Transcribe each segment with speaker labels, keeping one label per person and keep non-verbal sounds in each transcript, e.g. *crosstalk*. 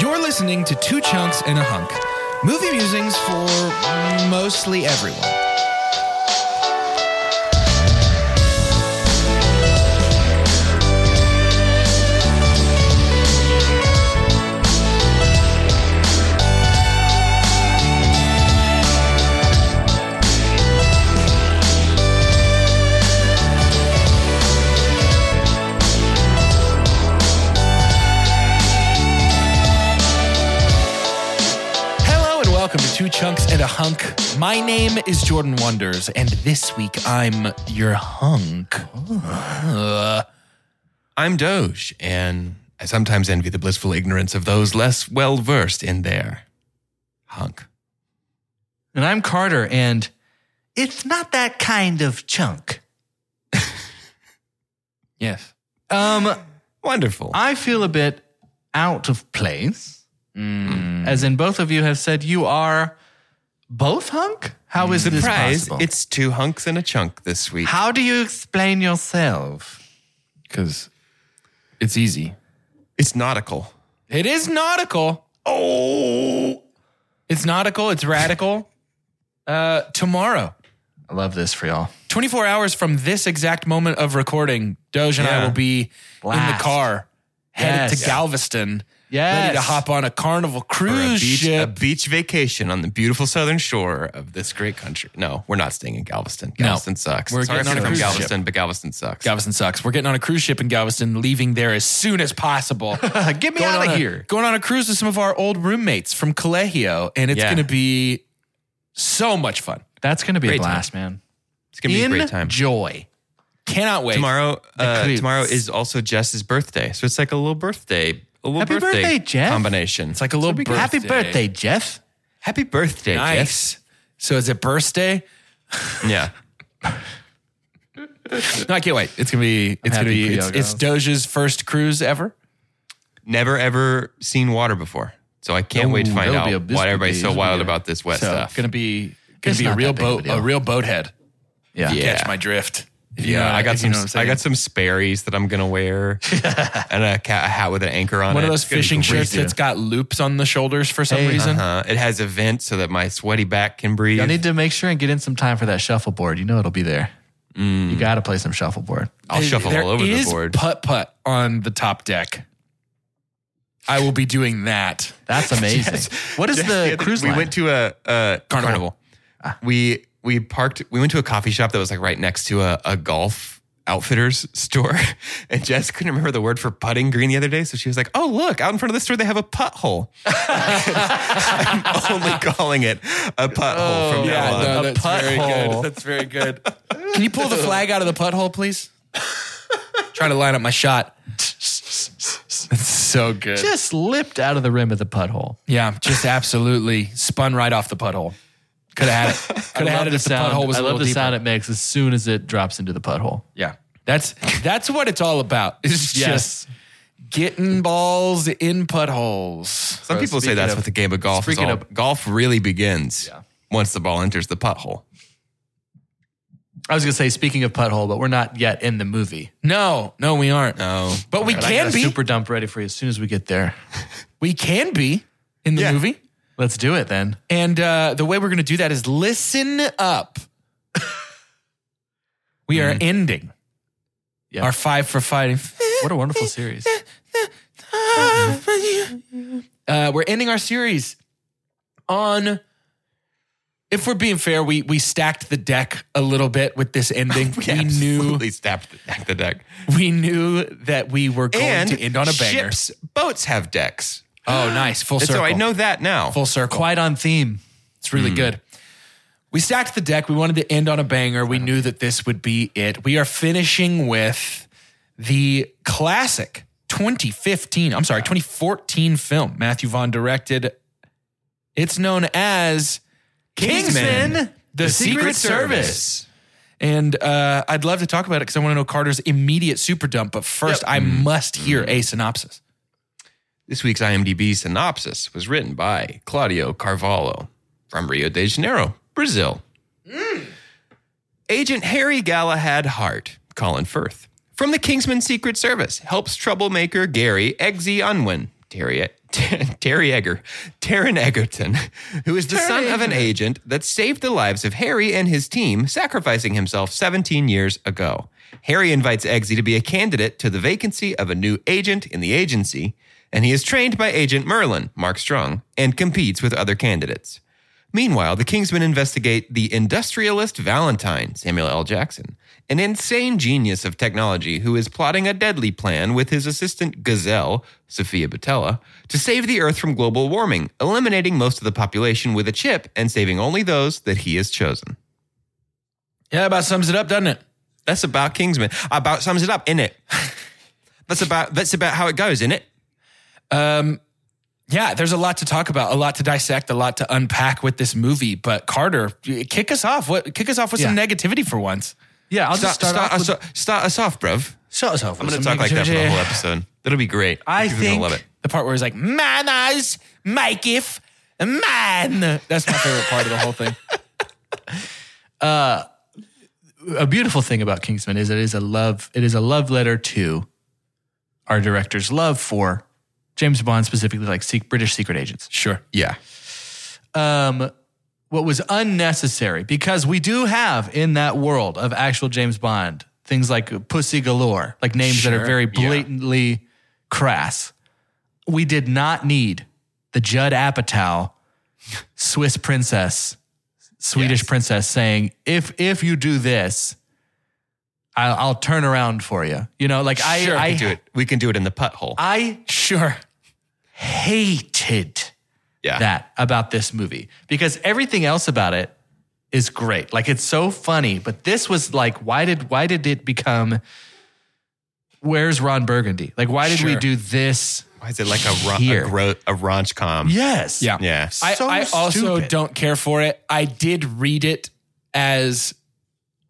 Speaker 1: You're listening to Two Chunks and a Hunk, movie musings for mostly everyone. Hello and welcome to Two Chunks and a Hunk. My name is Jordan Wonders, and this week I'm your hunk. Uh,
Speaker 2: I'm Doge, and I sometimes envy the blissful ignorance of those less well versed in their hunk.
Speaker 3: And I'm Carter, and it's not that kind
Speaker 2: *laughs*
Speaker 3: of chunk.
Speaker 2: Yes.
Speaker 3: Um,
Speaker 2: Wonderful.
Speaker 3: I feel a bit out of place,
Speaker 1: Mm.
Speaker 3: as in both of you have said you are both hunk. How is this
Speaker 2: Surprise,
Speaker 3: possible?
Speaker 2: it's two hunks and a chunk this week.
Speaker 3: How do you explain yourself?
Speaker 1: Because it's easy.
Speaker 2: It's nautical.
Speaker 1: It is nautical.
Speaker 2: Oh,
Speaker 1: It's nautical. It's radical. uh, tomorrow,
Speaker 3: I love this for y'all.
Speaker 1: 24 hours from this exact moment of recording, Doge and I
Speaker 2: Yeah.
Speaker 1: will be in the
Speaker 3: Blast.
Speaker 1: car headed
Speaker 3: Yes.
Speaker 1: to Galveston, ready to
Speaker 3: Yes.
Speaker 1: hop on a Carnival
Speaker 2: a
Speaker 1: cruise
Speaker 2: beach, a
Speaker 1: ship.
Speaker 2: beach vacation on the beautiful southern shore of this great country. No, we're not staying in Galveston. Galveston sucks.
Speaker 1: We're
Speaker 2: Sorry
Speaker 1: getting
Speaker 2: if you're
Speaker 1: on a
Speaker 2: from
Speaker 1: cruise ship.
Speaker 2: Galveston, but Galveston sucks.
Speaker 1: Galveston sucks. We're getting on a cruise ship in Galveston, leaving there as soon as possible.
Speaker 3: *laughs* Get me
Speaker 1: Going
Speaker 3: out
Speaker 1: on
Speaker 3: of
Speaker 1: a-
Speaker 3: here.
Speaker 1: Going on a cruise with some of our old roommates from Colegio, and it's
Speaker 2: Yeah.
Speaker 1: going to be so much fun.
Speaker 3: That's going to be
Speaker 2: Great
Speaker 3: a blast, man.
Speaker 2: it's gonna be a great time.
Speaker 3: Enjoy.
Speaker 1: Cannot wait.
Speaker 2: Tomorrow, uh,
Speaker 3: cruise.
Speaker 2: tomorrow is also Jess's birthday, so it's like a little birthday, a little
Speaker 3: Happy birthday, Jeff.
Speaker 2: combination.
Speaker 1: It's like a little birthday.
Speaker 3: Happy birthday, Jeff.
Speaker 2: Happy birthday,
Speaker 1: Nice. So is it birthday?
Speaker 2: Jeff. *laughs* Yeah.
Speaker 1: No, I can't wait. It's gonna be. It's gonna
Speaker 3: happy
Speaker 1: be. It's,
Speaker 3: for y'all
Speaker 1: it's Doge's first cruise ever.
Speaker 2: Never ever seen water before. So I can't wait to
Speaker 3: Ooh,
Speaker 2: find
Speaker 3: that'll
Speaker 2: out
Speaker 3: be a- this
Speaker 2: why
Speaker 3: would
Speaker 2: everybody's
Speaker 3: be-
Speaker 2: so
Speaker 3: this would
Speaker 2: wild
Speaker 3: be a-
Speaker 2: about this wet
Speaker 1: So
Speaker 2: stuff.
Speaker 1: gonna be. Gonna
Speaker 3: It's
Speaker 1: be a
Speaker 3: not
Speaker 1: real
Speaker 3: that big of a
Speaker 1: boat. A,
Speaker 3: deal.
Speaker 1: real boathead.
Speaker 3: Yeah.
Speaker 1: Catch my drift. If you
Speaker 2: yeah,
Speaker 1: know-
Speaker 2: I got
Speaker 1: if you
Speaker 2: some.
Speaker 1: know what I'm
Speaker 2: I
Speaker 1: saying.
Speaker 2: got some Sperry's that I'm
Speaker 1: *laughs*
Speaker 2: gonna wear, and a, ca- a hat with an anchor on
Speaker 1: one
Speaker 2: it.
Speaker 1: of those
Speaker 2: It's gonna be
Speaker 1: fishing
Speaker 2: great.
Speaker 1: shirts that's got loops on the shoulders for some
Speaker 3: Hey.
Speaker 1: reason.
Speaker 2: Uh-huh. It has a vent so that my sweaty back can breathe.
Speaker 3: I need to make sure and get in some time for that shuffleboard. You know it'll be there.
Speaker 2: Mm.
Speaker 3: You got to play some shuffleboard.
Speaker 2: I'll shuffle all over the board.
Speaker 1: Putt putt on the top deck. I will be doing that.
Speaker 2: *laughs*
Speaker 3: That's amazing. What is
Speaker 2: Just
Speaker 3: the,
Speaker 2: other-
Speaker 3: cruise
Speaker 2: We
Speaker 3: line?
Speaker 2: went to a, a
Speaker 1: Carnival. Ah.
Speaker 2: carnival. We we parked. We went to a coffee shop that was like right next to a, a golf outfitters store, *laughs* and Jess couldn't remember the word for putting green the other day, so she was like, "Oh look, out in front of the store they have a putt hole." *laughs* I'm only calling it a putt hole
Speaker 1: Oh,
Speaker 2: from now on.
Speaker 3: no, that's very good.
Speaker 1: That's very good. Can you pull the flag out of the putthole, please? Trying to line up my shot. That's so good.
Speaker 3: just lipped out of the rim of the putthole.
Speaker 1: yeah, just absolutely spun right off the putthole. Could have had it. Could
Speaker 3: *laughs* I
Speaker 1: have
Speaker 3: love
Speaker 1: had it
Speaker 3: the
Speaker 1: if the
Speaker 3: sound.
Speaker 1: putthole was
Speaker 3: I
Speaker 1: a
Speaker 3: love
Speaker 1: little
Speaker 3: the
Speaker 1: deeper.
Speaker 3: sound it makes as soon as it drops into the putthole.
Speaker 1: Yeah. That's that's what it's all about. It's
Speaker 3: Yes.
Speaker 1: just getting balls in puttholes.
Speaker 2: Some people say that's
Speaker 3: of-
Speaker 2: what the game of golf is
Speaker 3: speaking
Speaker 2: all.
Speaker 3: of-
Speaker 2: golf really begins once the ball enters the putt hole.
Speaker 3: I was gonna say, speaking of putthole, but we're not yet in the movie.
Speaker 1: No, no, we aren't.
Speaker 2: No.
Speaker 1: But we
Speaker 3: But I got
Speaker 1: can
Speaker 3: a
Speaker 1: be.
Speaker 3: super dump ready for you as soon as we get there.
Speaker 1: we can be in the
Speaker 2: Yeah.
Speaker 1: movie.
Speaker 3: Let's do it then.
Speaker 1: And uh, the way we're going to do that is listen up. we are
Speaker 2: Mm-hmm.
Speaker 1: ending
Speaker 3: Yeah.
Speaker 1: our five for five.
Speaker 3: What a wonderful series.
Speaker 1: Uh, we're ending our series on. If we're being fair, we we stacked the deck a little bit with this
Speaker 2: *laughs*
Speaker 1: ending. we knew
Speaker 2: Oh, absolutely stacked the, stacked the deck.
Speaker 1: we knew that we were going
Speaker 2: And
Speaker 1: to end on a banger.
Speaker 2: ships, boats have decks.
Speaker 1: Oh, nice full
Speaker 2: And
Speaker 1: circle.
Speaker 2: so I know that now.
Speaker 1: full circle. Hmm.
Speaker 3: Quite on theme.
Speaker 1: It's really good. We stacked the deck. We wanted to end on a banger. We knew that this would be it. We are finishing with the classic 2015, I'm sorry, 2014 film Matthew Vaughn directed. It's known as Kingsman,
Speaker 3: Kingsman,
Speaker 1: the, Secret, Service. And uh, I'd love to talk about it because I want to know Carter's immediate super dump. But first, I must hear a synopsis.
Speaker 2: This week's IMDb synopsis was written by Claudio Carvalho from Rio de Janeiro, Brazil. Agent Harry Galahad Hart, Colin Firth, from the Kingsman Secret Service, helps troublemaker Gary Eggsy Unwin Terry, E-, *laughs* Terry Egger, Taryn Egerton, who is the son of an agent that saved the lives of Harry and his team, sacrificing himself 17 years ago. Harry invites Eggsy to be a candidate to the vacancy of a new agent in the agency, and he is trained by agent Merlin, Mark Strong, and competes with other candidates. Meanwhile, the Kingsmen investigate the industrialist Valentine, Samuel L. Jackson, an insane genius of technology who is plotting a deadly plan with his assistant Gazelle, Sophia Botella, to save the Earth from global warming, eliminating most of the population with a chip and saving only those that he has chosen.
Speaker 1: Yeah, that about sums it up, doesn't it?
Speaker 2: That's about Kingsman. About sums it up, in it. *laughs* that's about that's about how it goes, in it.
Speaker 1: Yeah, there's a lot to talk about, a lot to dissect, a lot to unpack with this movie. But Carter, kick us off. What kick us off with some
Speaker 3: Yeah.
Speaker 1: negativity for once?
Speaker 3: Yeah, I'll
Speaker 2: Start,
Speaker 3: just start,
Speaker 2: start,
Speaker 3: off.
Speaker 2: us,
Speaker 3: with,
Speaker 2: start us off, bruv.
Speaker 3: shut us off.
Speaker 2: I'm going to talk like that for the whole episode. That'll be great.
Speaker 3: I
Speaker 2: People are
Speaker 3: think
Speaker 2: gonna love it.
Speaker 1: The part where he's like, "Man, eyes, make if man." That's my favorite part of the whole thing.
Speaker 3: Uh, a beautiful thing about Kingsman is it is a love it is a love letter to our director's love for James Bond specifically like sec- British secret agents.
Speaker 1: Sure.
Speaker 2: Yeah.
Speaker 3: Um what was unnecessary because we do have in that world of actual James Bond things like pussy galore, like names that are
Speaker 1: Sure,
Speaker 3: very
Speaker 2: yeah.
Speaker 3: blatantly crass. We did not need the Judd Apatow Swiss princess, Swedish princess saying, "If if you do this, I'll, I'll turn around for you." You know, like I
Speaker 1: Sure,
Speaker 2: We
Speaker 3: I
Speaker 2: can do it. We can do it in the putt hole.
Speaker 3: I
Speaker 1: Sure.
Speaker 3: hated
Speaker 2: yeah.
Speaker 3: that about this movie because everything else about it is great. Like it's so funny, but this was like, why did why did it become? Where's Ron Burgundy? Like, why did we
Speaker 1: Sure.
Speaker 3: do this?
Speaker 2: Why is it like a ro-
Speaker 3: Here.
Speaker 2: a, gro- a raunch com?
Speaker 3: Yes.
Speaker 1: Yeah.
Speaker 2: Yeah.
Speaker 1: *laughs* I,
Speaker 3: So
Speaker 1: I also
Speaker 3: stupid.
Speaker 1: don't care for it. I did read it as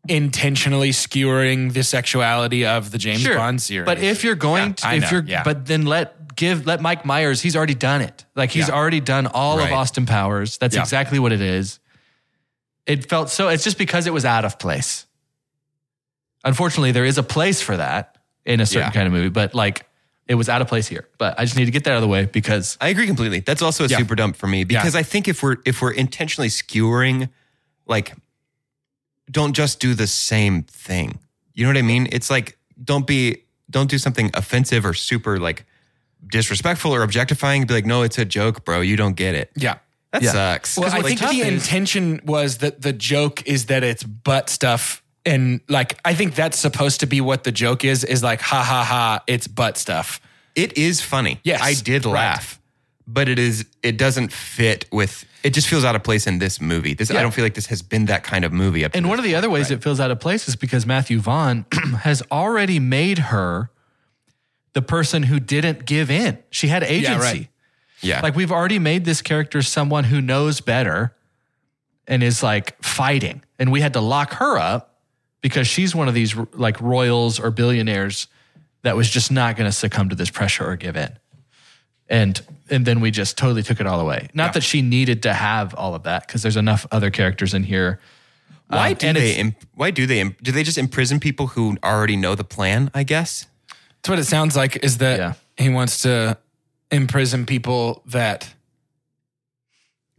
Speaker 1: intentionally skewering the sexuality of the James
Speaker 3: Sure.
Speaker 1: Bond series.
Speaker 3: But if you're going
Speaker 1: Yeah, I
Speaker 3: to, if
Speaker 1: know,
Speaker 3: you're,
Speaker 1: yeah.
Speaker 3: but then let give, let Mike Myers, he's already done it. Like he's
Speaker 1: Yeah.
Speaker 3: already done all
Speaker 2: Right.
Speaker 3: of Austin Powers. That's
Speaker 1: Yeah.
Speaker 3: exactly what it is. It felt so, it's just because it was out of place. Unfortunately, there is a place for that in a certain
Speaker 2: Yeah.
Speaker 3: kind of movie, but like it was out of place here. But I just need to get that out of the way because
Speaker 2: I agree completely. That's also a
Speaker 1: Yeah.
Speaker 2: super dump for me because I think if we're if we're intentionally skewering, like, don't just do the same thing. You know what I mean? It's like don't be don't do something offensive or super like disrespectful or objectifying. Be like, no, it's a joke, bro. You don't get it.
Speaker 1: yeah.
Speaker 2: That
Speaker 3: Yeah.
Speaker 2: sucks.
Speaker 1: Well, I
Speaker 2: Like,
Speaker 1: think
Speaker 2: tough
Speaker 1: the
Speaker 2: is-
Speaker 1: intention was that the joke is that it's butt stuff. And like, I think that's supposed to be what the joke is, is like, ha ha ha, it's butt stuff.
Speaker 2: it is funny.
Speaker 1: Yes.
Speaker 2: I did
Speaker 1: Right.
Speaker 2: laugh, but it is it doesn't fit with. It just feels out of place in this movie. This I don't feel like this has been that kind of movie up. to
Speaker 3: And
Speaker 2: this
Speaker 3: one of the other ways it feels out of place is because Matthew Vaughn *clears throat* has already made her the person who didn't give in. She had agency.
Speaker 1: right.
Speaker 2: Yeah.
Speaker 3: Like we've already made this character someone who knows better and is like fighting. And we had to lock her up because she's one of these like royals or billionaires that was just not going to succumb to this pressure or give in. And and then we just totally took it all away. Not that she needed to have all of that because there's enough other characters in here.
Speaker 2: Why
Speaker 3: Um,
Speaker 2: do
Speaker 3: and
Speaker 2: they?
Speaker 3: it's-
Speaker 2: Imp- why do they? Imp- do they just imprison people who already know the plan? I guess.
Speaker 1: That's what it sounds like is that
Speaker 3: Yeah.
Speaker 1: he wants to imprison people that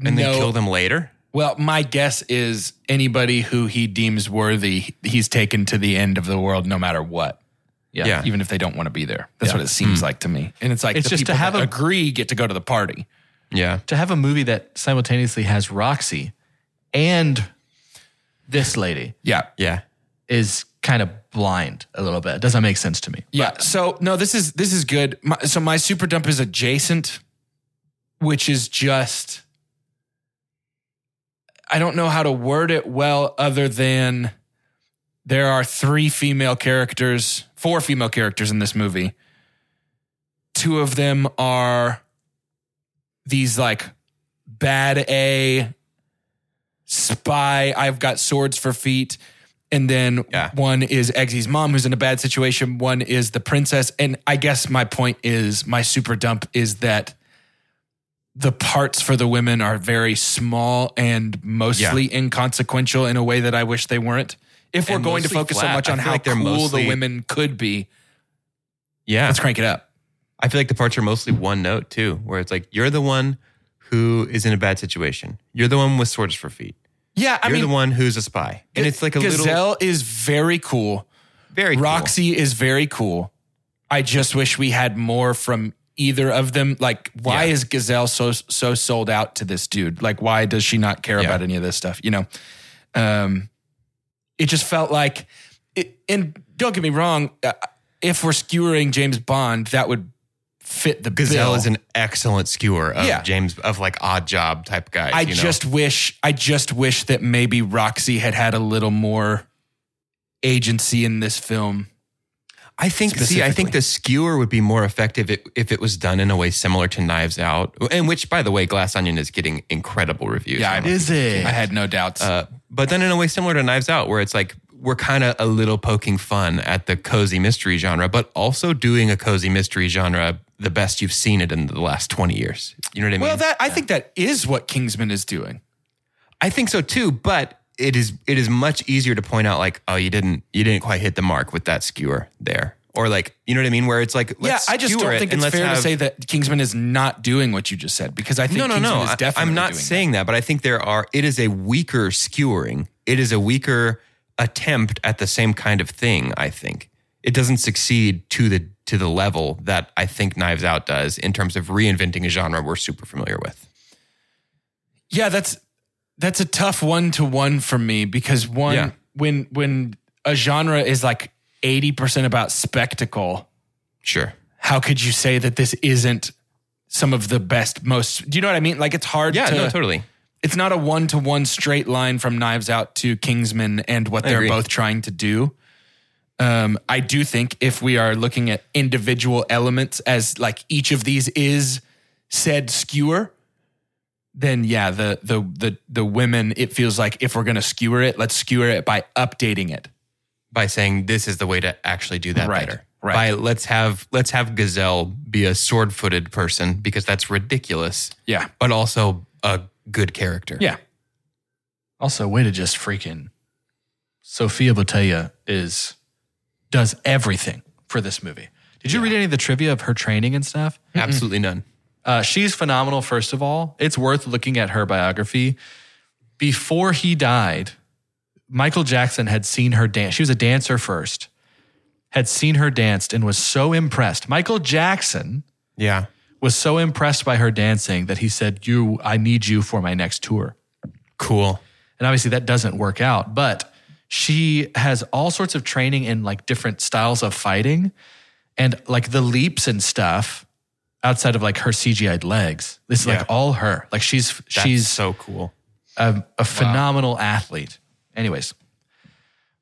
Speaker 2: And
Speaker 1: know-
Speaker 2: then kill them later.
Speaker 1: Well, my guess is anybody who he deems worthy, he's taken to the end of the world no matter what,
Speaker 2: Yeah.
Speaker 1: even if they don't want to be there. That's what it seems like to me. And it's like
Speaker 3: Hmm. It's
Speaker 1: the
Speaker 3: just to
Speaker 1: people
Speaker 3: have
Speaker 1: that
Speaker 3: a-
Speaker 1: agree get to go to the party.
Speaker 2: Yeah.
Speaker 3: to have a movie that simultaneously has Roxy and this lady
Speaker 1: Yeah.
Speaker 2: Yeah.
Speaker 3: is kind of blind a little bit. It doesn't make sense to me.
Speaker 1: Yeah. so no, this is this is good. My, so my super dump is adjacent, which is just I don't know how to word it well other than there are three female characters, four female characters in this movie. Two of them are these like bad A spy. I've got swords for feet. And then
Speaker 2: Yeah.
Speaker 1: one is Eggsy's mom, who's in a bad situation. One is the princess. And I guess my point is my super dump is that the parts for the women are very small and mostly inconsequential in a way that I wish they weren't. If
Speaker 2: And
Speaker 1: we're going to
Speaker 2: mostly
Speaker 1: focus so
Speaker 2: flat.
Speaker 1: much
Speaker 2: I
Speaker 1: on
Speaker 2: feel
Speaker 1: how
Speaker 2: like they're
Speaker 1: cool
Speaker 2: mostly-
Speaker 1: the women could be,
Speaker 2: Yeah.
Speaker 1: let's crank it up.
Speaker 2: I feel like the parts are mostly one note too, where it's like you're the one who is in a bad situation. You're the one with swords for feet.
Speaker 1: Yeah, I
Speaker 2: You're
Speaker 1: mean,
Speaker 2: the one who's a spy, and it's like a little
Speaker 1: Gazelle is very cool.
Speaker 2: very cool.
Speaker 1: Roxy is very cool. I just wish we had more from either of them. Like, why
Speaker 2: Yeah.
Speaker 1: is Gazelle so so sold out to this dude? Like, why does she not care
Speaker 2: Yeah.
Speaker 1: about any of this stuff? You know, um, it just felt like. It, and don't get me wrong, uh, if we're skewering James Bond, that would fit the
Speaker 2: Gazelle
Speaker 1: bill.
Speaker 2: is an excellent skewer of
Speaker 1: Yeah.
Speaker 2: James of like odd job type guys.
Speaker 1: I
Speaker 2: you know?
Speaker 1: just wish I just wish that maybe Roxy had had a little more agency in this film.
Speaker 2: I think see, I
Speaker 1: specifically.
Speaker 2: think the skewer would be more effective if, if it was done in a way similar to Knives Out, and which by the way, Glass Onion is getting incredible reviews.
Speaker 1: Yeah, I
Speaker 2: online.
Speaker 3: Is it?
Speaker 1: I had no doubts.
Speaker 2: Uh, but then in a way similar to Knives Out, where it's like we're kind of a little poking fun at the cozy mystery genre, but also doing a cozy mystery genre the best you've seen it in the last 20 years. You know what I mean?
Speaker 1: well, that I think that is what Kingsman is doing.
Speaker 2: I think so too, but it is it is much easier to point out like, oh, you didn't you didn't quite hit the mark with that skewer there. Or like, you know what I mean? Where it's like, let's
Speaker 1: yeah, I just
Speaker 2: skewer
Speaker 1: don't
Speaker 2: it
Speaker 1: think
Speaker 2: and
Speaker 1: it's
Speaker 2: let's
Speaker 1: fair to
Speaker 2: have-
Speaker 1: say that Kingsman is not doing what you just said because I think
Speaker 2: no, no,
Speaker 1: Kingsman
Speaker 2: no.
Speaker 1: is
Speaker 2: I-
Speaker 1: definitely
Speaker 2: I'm not
Speaker 1: doing
Speaker 2: saying that. but I think there are. It is a weaker skewering. It is a weaker attempt at the same kind of thing. I think it doesn't succeed to the to the level that I think Knives Out does in terms of reinventing a genre we're super familiar with.
Speaker 1: that. Yeah, that's that's a tough one to one for me because one
Speaker 2: Yeah.
Speaker 1: when when a genre is like 80% about spectacle
Speaker 2: Sure.
Speaker 1: how could you say that this isn't some of the best most do you know what i mean like it's hard
Speaker 2: Yeah.
Speaker 1: to
Speaker 2: no. Totally.
Speaker 1: it's not a one-to-one straight line from knives out to kingsman and what they're
Speaker 2: agree.
Speaker 1: both trying to do um, i do think if we are looking at individual elements as like each of these is said skewer then yeah the the the the women it feels like if we're going to skewer it let's skewer it by updating it
Speaker 2: By saying this is the way to actually do that
Speaker 1: Right,
Speaker 2: better.
Speaker 1: right.
Speaker 2: By let's have let's have Gazelle be a sword footed person because that's ridiculous,
Speaker 1: yeah
Speaker 2: but also a good character.
Speaker 1: yeah
Speaker 3: Also, way to just freaking Sophia Botella is does everything for this movie. Did you read any of the trivia of her training and stuff?
Speaker 2: Absolutely none.
Speaker 3: Uh, she's phenomenal. First of all, it's worth looking at her biography. Before he died, Michael Jackson had seen her dance. She was a dancer first, had seen her danced and was so impressed. Michael Jackson
Speaker 2: Yeah.
Speaker 3: was so impressed by her dancing that he said, "You, I need you for my next tour."
Speaker 2: Cool.
Speaker 3: And obviously that doesn't work out, but she has all sorts of training in like different styles of fighting and like the leaps and stuff outside of like her CGI'd legs. This is
Speaker 2: Yeah.
Speaker 3: like all her. Like she's
Speaker 2: That's
Speaker 3: she's
Speaker 2: so cool.
Speaker 3: a, a phenomenal athlete. Anyways,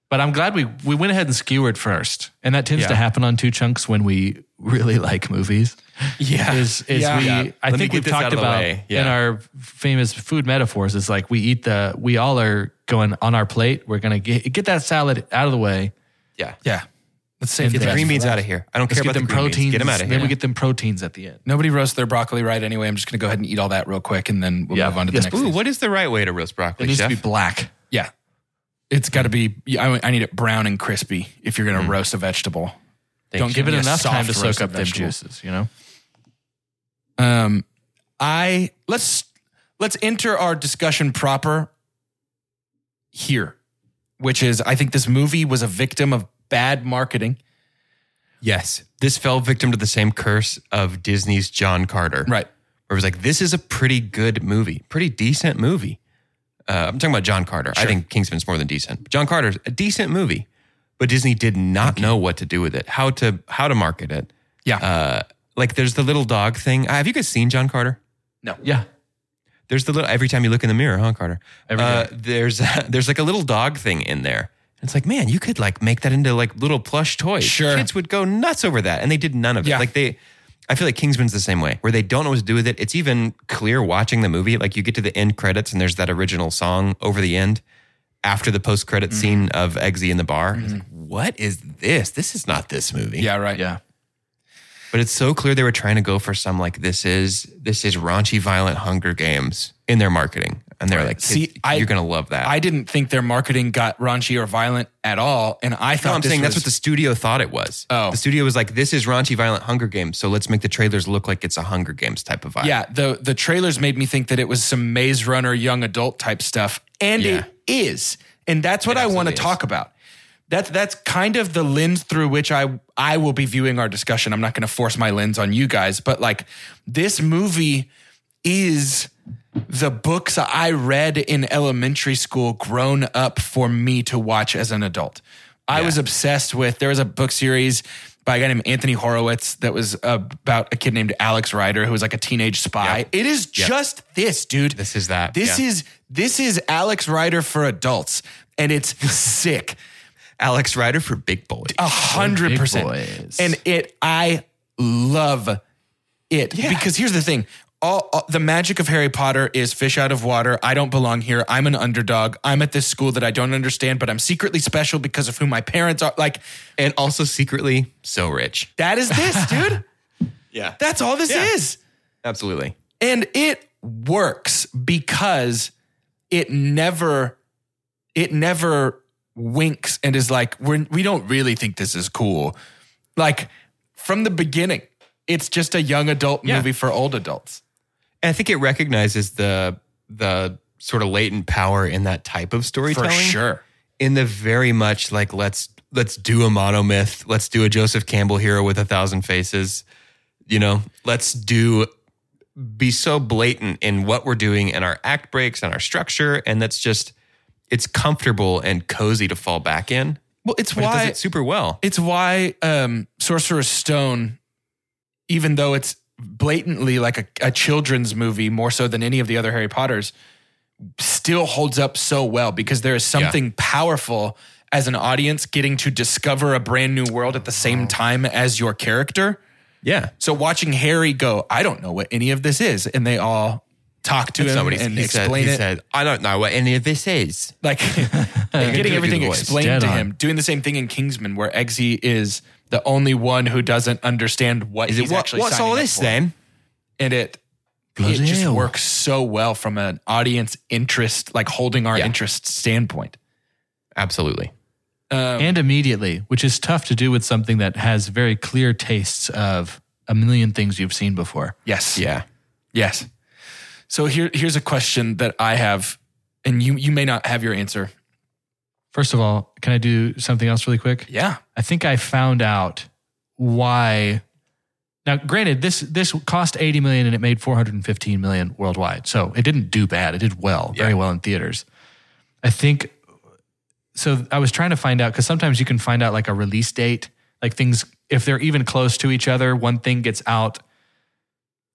Speaker 3: but I'm glad we we went ahead and skewered first, and that tends
Speaker 2: Yeah.
Speaker 3: to happen on two chunks when we really like movies.
Speaker 2: Yeah.
Speaker 3: Is is
Speaker 1: Yeah.
Speaker 3: we?
Speaker 1: Yeah.
Speaker 3: I
Speaker 2: Let me
Speaker 3: think
Speaker 2: get
Speaker 3: we've
Speaker 2: this out
Speaker 3: talked
Speaker 2: of the
Speaker 3: about
Speaker 2: way. Yeah.
Speaker 3: in our famous food metaphors. It's like we eat the we all are going on our plate. We're gonna get get that salad out of the way.
Speaker 2: yeah.
Speaker 1: yeah let's save
Speaker 3: And
Speaker 1: the
Speaker 2: Get the
Speaker 3: then-
Speaker 1: best
Speaker 2: green
Speaker 1: for
Speaker 2: beans
Speaker 1: last.
Speaker 2: out of here. I don't
Speaker 3: Let's
Speaker 2: care
Speaker 3: get
Speaker 2: about the
Speaker 3: them
Speaker 2: green
Speaker 3: proteins.
Speaker 2: beans. Get them out of
Speaker 3: Then
Speaker 2: here.
Speaker 3: we get them proteins at the end.
Speaker 1: Nobody roasts their broccoli right anyway. I'm just going to go ahead and eat all that real quick and then we'll
Speaker 3: Yeah.
Speaker 1: move on to
Speaker 3: Yes,
Speaker 1: the next.
Speaker 2: Ooh,
Speaker 1: thing.
Speaker 2: what is the right way to roast
Speaker 3: It
Speaker 2: broccoli,
Speaker 3: needs
Speaker 2: chef?
Speaker 3: to be black.
Speaker 1: Yeah. It's got to be, yeah, I, I need it brown and crispy if you're going to roast a vegetable.
Speaker 2: Thank
Speaker 1: Don't
Speaker 2: you.
Speaker 1: give
Speaker 3: Give it
Speaker 1: me a
Speaker 3: enough time
Speaker 1: soft
Speaker 3: to soak
Speaker 1: roasted
Speaker 3: up them
Speaker 1: vegetable.
Speaker 3: juices. You know.
Speaker 1: Um, I let's let's enter our discussion proper here, which is I think this movie was a victim of bad marketing.
Speaker 2: yes. This fell victim to the same curse of Disney's John Carter.
Speaker 1: Right.
Speaker 2: Where it was like, this is a pretty good movie, pretty decent movie. Uh, I'm talking about John Carter. I think Kingsman's more than decent. But John Carter's a decent movie, but Disney did not know what to do with it, how to how to market it.
Speaker 1: Yeah.
Speaker 2: Uh, like there's the little dog thing. Uh, have you guys seen John Carter?
Speaker 3: Yeah.
Speaker 2: There's the little every time you look in the mirror, huh, Carter?
Speaker 3: Every
Speaker 2: Uh, *laughs* there's there's like a little dog thing in there. It's like, man, you could like make that into like little plush toys.
Speaker 1: Sure.
Speaker 2: kids would go nuts over that, and they did none of
Speaker 1: Yeah.
Speaker 2: it. Like they, I feel like Kingsman's the same way, where they don't know what to do with it. It's even clear watching the movie. Like you get to the end credits, and there's that original song over the end after the post credit
Speaker 1: Mm-hmm.
Speaker 2: scene of Eggsy in the bar. It's like, what is this? This is not this movie.
Speaker 1: Yeah. Right.
Speaker 3: Yeah.
Speaker 2: But it's so clear they were trying to go for some like this is this is raunchy, violent Hunger Games in their marketing. and they're like,
Speaker 1: See,
Speaker 2: "See,
Speaker 1: I-
Speaker 2: you're gonna love that."
Speaker 1: I didn't think their marketing got raunchy or violent at all, and I thought
Speaker 2: no, I'm
Speaker 1: this
Speaker 2: saying
Speaker 1: was,
Speaker 2: that's what the studio thought it was.
Speaker 1: Oh.
Speaker 2: the studio was like, "This is raunchy, violent Hunger Games, so let's make the trailers look like it's a Hunger Games type of vibe."
Speaker 1: yeah the the trailers made me think that it was some Maze Runner young adult type stuff, and it is, and that's what I want to
Speaker 2: absolutely is.
Speaker 1: talk about. That's that's kind of the lens through which I I will be viewing our discussion. I'm not going to force my lens on you guys, but like this movie is the books I read in elementary school grown up for me to watch as an adult. I was obsessed with there was a book series by a guy named Anthony Horowitz that was about a kid named Alex Ryder who was like a teenage spy. It is just this, dude.
Speaker 2: This is that.
Speaker 1: This
Speaker 2: Yeah.
Speaker 1: is this is Alex Ryder for adults and it's *laughs* sick.
Speaker 2: Alex Ryder for Big Boy.
Speaker 1: A hundred
Speaker 3: Big
Speaker 1: percent.
Speaker 3: boys.
Speaker 1: And it, I love it because here's the thing. All, all- the magic of Harry Potter is fish out of water. I don't belong here. I'm an underdog. I'm at this school that I don't understand, but I'm secretly special because of who my parents are. Like
Speaker 2: and also secretly so rich.
Speaker 1: that is this, dude.
Speaker 2: Yeah,
Speaker 1: That's all this
Speaker 2: Yeah.
Speaker 1: is.
Speaker 2: absolutely.
Speaker 1: And it works because it never it never winks and is like we're we don't really think this is cool. Like from the beginning, it's just a young adult
Speaker 2: Yeah.
Speaker 1: movie for old adults.
Speaker 2: And I think it recognizes the the sort of latent power in that type of
Speaker 1: For
Speaker 2: storytelling.
Speaker 1: sure.
Speaker 2: In the very much like let's let's do a monomyth, let's do a Joseph Campbell hero with a thousand faces. You know, let's do be so blatant in what we're doing and our act breaks and our structure, and that's just it's comfortable and cozy to fall back in.
Speaker 1: Well, it's
Speaker 2: But it
Speaker 1: why
Speaker 2: does it super well.
Speaker 1: it's why um Sorcerer's Stone, even though it's blatantly like a, a children's movie more so than any of the other Harry Potters, still holds up so well because there is something powerful as an audience getting to discover a brand new world at the same time as your character.
Speaker 2: yeah.
Speaker 1: So watching Harry go, I don't know what any of this is, and they all talk to him
Speaker 2: Somebody
Speaker 1: and
Speaker 2: he said-
Speaker 1: explain
Speaker 2: he
Speaker 1: it
Speaker 2: said, I don't know what any of this is.
Speaker 1: *laughs* like and
Speaker 2: do it,
Speaker 1: getting
Speaker 2: do
Speaker 1: everything
Speaker 2: the voice.
Speaker 1: explained
Speaker 3: Dead
Speaker 1: to
Speaker 3: on.
Speaker 1: him. Doing the same thing in Kingsman, where Eggsy is the only one who doesn't understand what
Speaker 2: Is
Speaker 1: he's
Speaker 2: it what,
Speaker 1: actually
Speaker 2: what's
Speaker 1: signing
Speaker 2: all
Speaker 1: up
Speaker 2: this
Speaker 1: for.
Speaker 2: then?
Speaker 1: And it it
Speaker 3: Bloody
Speaker 1: just
Speaker 3: hell.
Speaker 1: works so well from an audience interest, like holding our
Speaker 2: Yeah.
Speaker 1: interest standpoint.
Speaker 2: Absolutely.
Speaker 1: Um,
Speaker 3: and immediately, which is tough to do with something that has very clear tastes of a million things you've seen before.
Speaker 1: yes,
Speaker 2: Yeah.
Speaker 1: yes. So here, here's a question that I have, and you you may not have your answer.
Speaker 3: First of all, can I do something else really quick?
Speaker 1: Yeah,
Speaker 3: I think I found out why. Now, granted, this this cost eighty million and it made four hundred and fifteen million worldwide, so it didn't do bad. It did well, very well in theaters. I think. So I was trying to find out because sometimes you can find out like a release date, like things if they're even close to each other. One thing gets out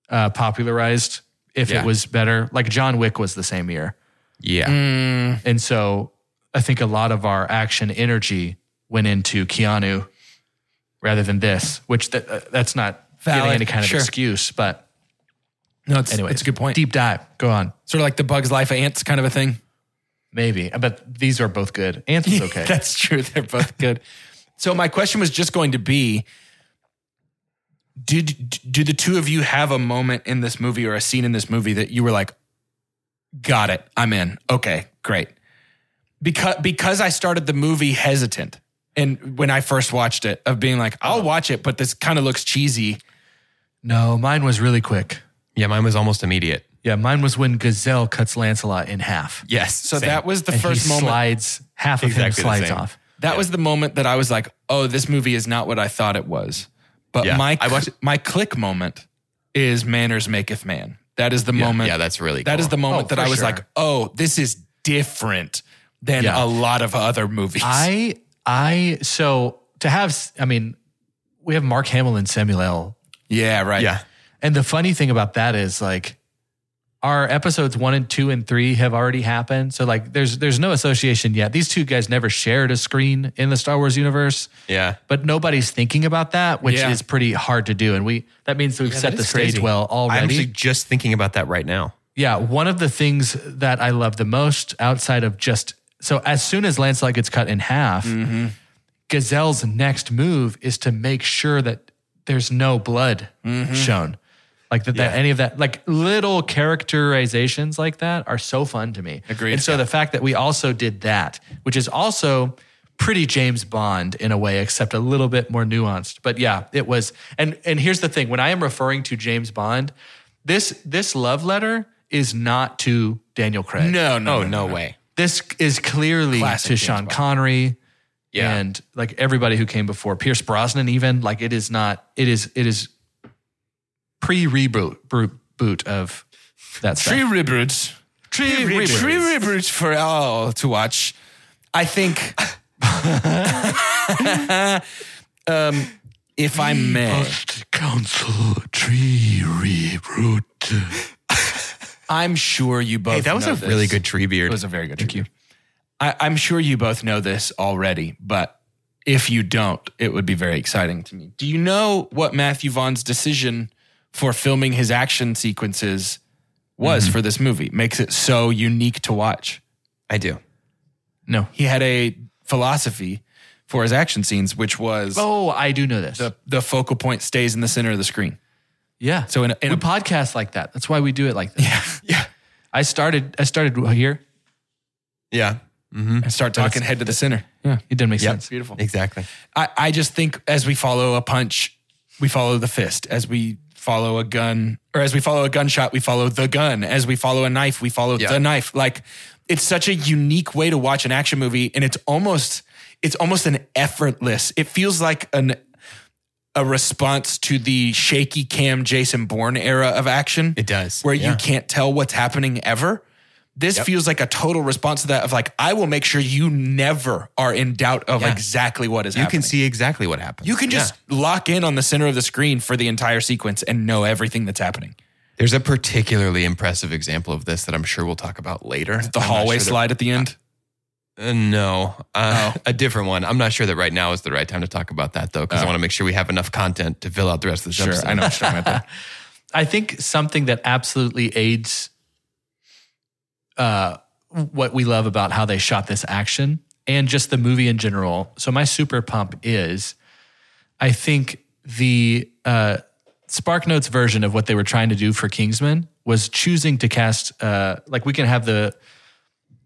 Speaker 3: uh, popularized if
Speaker 2: Yeah.
Speaker 3: it was better. Like John Wick was the same year.
Speaker 2: Yeah.
Speaker 1: Mm.
Speaker 3: And so I think a lot of our action energy went into Keanu rather than this, which th- uh, that's not
Speaker 1: Valid,
Speaker 3: giving any kind of
Speaker 1: sure.
Speaker 3: excuse, but
Speaker 1: no, it's
Speaker 3: anyway,
Speaker 1: it's a good point.
Speaker 3: Deep dive. Go on.
Speaker 1: Sort of like the Bugs Life of Ants kind of a thing.
Speaker 3: Maybe. But these are both good.
Speaker 1: *laughs*
Speaker 3: Anthony's okay.
Speaker 1: That's true. They're both good. So my question was just going to be did do the two of you have a moment in this movie or a scene in this movie that you were like got it. I'm in. Okay, great. Because because I started the movie hesitant and when I first watched it of being like
Speaker 3: Uh-huh.
Speaker 1: I'll watch it but this kind of looks cheesy.
Speaker 3: no, mine was really quick.
Speaker 2: Yeah, mine was almost immediate.
Speaker 3: Yeah, mine was when Gazelle cuts Lancelot in half.
Speaker 2: Yes.
Speaker 1: So that was the
Speaker 3: and
Speaker 1: first
Speaker 3: he
Speaker 1: moment
Speaker 3: slides, half of
Speaker 2: Exactly the
Speaker 3: him slides
Speaker 2: same.
Speaker 3: off.
Speaker 1: That was the moment that I was like, "Oh, this movie is not what I thought it was." But
Speaker 2: Yeah,
Speaker 1: my
Speaker 2: I watched it-
Speaker 1: my click moment is manners maketh man. That is the moment.
Speaker 2: Yeah, that's really
Speaker 1: that is the moment
Speaker 3: Oh,
Speaker 1: that I
Speaker 3: for
Speaker 1: was
Speaker 3: sure.
Speaker 1: like, "Oh, this is different than
Speaker 3: Yeah.
Speaker 1: a lot of other movies."
Speaker 3: I, I, so to have, s- I mean, we have Mark Hamill and Samuel L.
Speaker 1: yeah, right.
Speaker 2: Yeah.
Speaker 3: And the funny thing about that is like our episodes one and two and three have already happened. So like there's there's no association yet. These two guys never shared a screen in the Star Wars universe,
Speaker 2: Yeah.
Speaker 3: but nobody's thinking about that, which
Speaker 1: Yeah.
Speaker 3: is pretty hard to do. And we that means we've set
Speaker 2: that
Speaker 3: the
Speaker 2: is
Speaker 3: stage
Speaker 2: crazy.
Speaker 3: well
Speaker 2: I'm
Speaker 3: already.
Speaker 2: actually just thinking about that right now.
Speaker 3: yeah. One of the things that I love the most outside of just so as soon as Lancelot gets cut in half, Gazelle's next move is to make sure that there's no blood shown. Like that, that
Speaker 1: Mm-hmm. Yeah.
Speaker 3: any of that, like little characterizations like that are so fun to me.
Speaker 1: Agreed.
Speaker 3: And so the fact that we also did that, which is also pretty James Bond in a way, except a little bit more nuanced. But yeah, it was. And and here's the thing: when I am referring to James Bond, this this love letter is not to Daniel Craig.
Speaker 1: No, no,
Speaker 2: Oh, no way.
Speaker 3: This is clearly
Speaker 1: Classic
Speaker 3: to
Speaker 1: James
Speaker 3: Sean
Speaker 1: Bond.
Speaker 3: Connery
Speaker 2: Yeah.
Speaker 3: and like everybody who came before Pierce Brosnan even like it is not it is it is pre reboot boot of that stuff.
Speaker 1: Tree reboots. Tree
Speaker 3: reboots.
Speaker 1: Tree reboots for all to watch. I think. um, if I may,
Speaker 3: *laughs* Council tree reboot.
Speaker 1: I'm sure you both.
Speaker 2: Hey, that was
Speaker 1: know
Speaker 2: a
Speaker 1: this.
Speaker 2: really good tree
Speaker 1: It
Speaker 2: beard.
Speaker 1: was a very good. Thank you. I, I'm sure you both know this already, but if you don't, it would be very exciting to me. Do you know what Matthew Vaughn's decision for filming his action sequences was for this movie? Makes it so unique to watch.
Speaker 2: I do.
Speaker 3: No.
Speaker 1: he had a philosophy for his action scenes, which was
Speaker 3: Oh, I do know this.
Speaker 1: the, the focal point stays in the center of the screen.
Speaker 3: yeah.
Speaker 1: So in a, in
Speaker 3: we
Speaker 1: a,
Speaker 3: podcast like that. That's why we do it like that.
Speaker 1: yeah, yeah. *laughs*
Speaker 3: I started I started here.
Speaker 2: Yeah. hmm
Speaker 1: And start talking head to the center. Yeah,
Speaker 3: It didn't make
Speaker 2: Yep.
Speaker 3: sense.
Speaker 1: beautiful.
Speaker 2: Exactly.
Speaker 1: I, I just think as we follow a punch, we follow the fist. As we follow a gun, or as we follow a gunshot, we follow the gun. As we follow a knife, we follow
Speaker 2: Yeah.
Speaker 1: the knife. Like it's such a unique way to watch an action movie, and it's almost it's almost an effortless. It feels like an a response to the shaky cam Jason Bourne era of action
Speaker 2: It does.
Speaker 1: where
Speaker 2: Yeah.
Speaker 1: you can't tell what's happening ever. This feels like a total response to that of like, I will make sure you never are in doubt of
Speaker 2: Yeah.
Speaker 1: exactly what is
Speaker 2: you
Speaker 1: happening.
Speaker 2: can see exactly what happens.
Speaker 1: you can
Speaker 2: Yeah.
Speaker 1: just lock in on the center of the screen for the entire sequence and know everything that's happening.
Speaker 2: There's a particularly impressive example of this that I'm sure we'll talk about later.
Speaker 1: The hallway slide Oh. at the end.
Speaker 2: Uh, no, uh, a different one. I'm not sure that right now is the right time to talk about that though, because I want to make sure we have enough content to fill out the rest of the
Speaker 1: Oh. Sure,
Speaker 2: episode.
Speaker 1: I know what you're talking about. there.
Speaker 3: *laughs* I think something that absolutely aids uh, what we love about how they shot this action and just the movie in general. So my super pump is, I think the uh, SparkNotes version of what they were trying to do for Kingsman was choosing to cast uh, like we can have the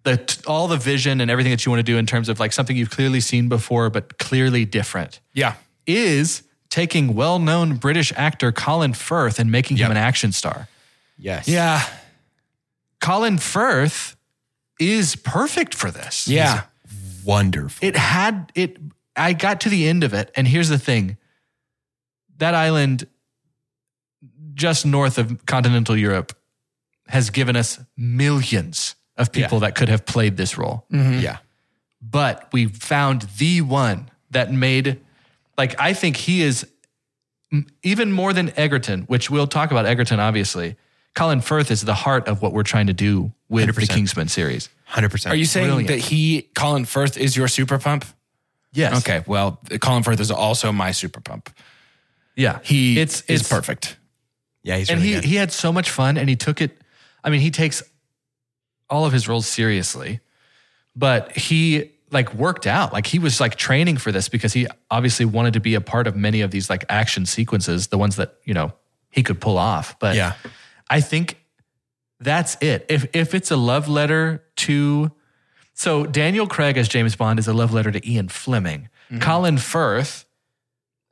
Speaker 3: the t- all the vision and everything that you want to do in terms of like something you've clearly seen before but clearly different
Speaker 1: Yeah.
Speaker 3: is taking well-known British actor Colin Firth and making him an action star.
Speaker 2: Yes.
Speaker 1: Yeah.
Speaker 3: Colin Firth is perfect for this.
Speaker 1: Yeah.
Speaker 2: Wonderful.
Speaker 3: It had it I got to the end of it and here's the thing. That island just north of continental Europe has given us millions of people that could have played this role.
Speaker 1: Mm-hmm.
Speaker 2: Yeah.
Speaker 3: but we found the one that made like i think he is m- even more than egerton which we'll talk about egerton obviously colin firth is the heart of what we're trying to do with the kingsman series
Speaker 2: Hundred percent.
Speaker 1: Are you saying
Speaker 3: Brilliant.
Speaker 1: that he, Colin Firth, is your super pump?
Speaker 3: yes
Speaker 1: Okay. Well, Colin Firth is also my super pump.
Speaker 3: yeah
Speaker 1: He
Speaker 3: it's
Speaker 1: is
Speaker 3: it's
Speaker 1: perfect.
Speaker 2: Yeah, he's
Speaker 3: and
Speaker 2: really
Speaker 3: he
Speaker 2: good.
Speaker 3: he had so much fun and he took it i mean he takes all of his roles seriously but he like worked out like he was like training for this because he obviously wanted to be a part of many of these like action sequences the ones that you know he could pull off but
Speaker 2: Yeah.
Speaker 3: i think that's it if if it's a love letter to so daniel craig as james bond is a love letter to ian fleming colin firth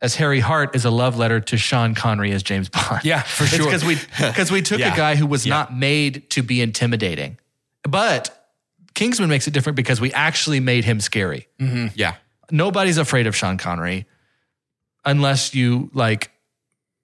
Speaker 3: as harry hart is a love letter to sean connery as james bond
Speaker 1: Yeah, for sure.
Speaker 3: because we because we took
Speaker 2: Yeah.
Speaker 3: a guy who was not made to be intimidating, but Kingsman makes it different because we actually made him scary.
Speaker 2: yeah.
Speaker 3: Nobody's afraid of Sean Connery, unless you like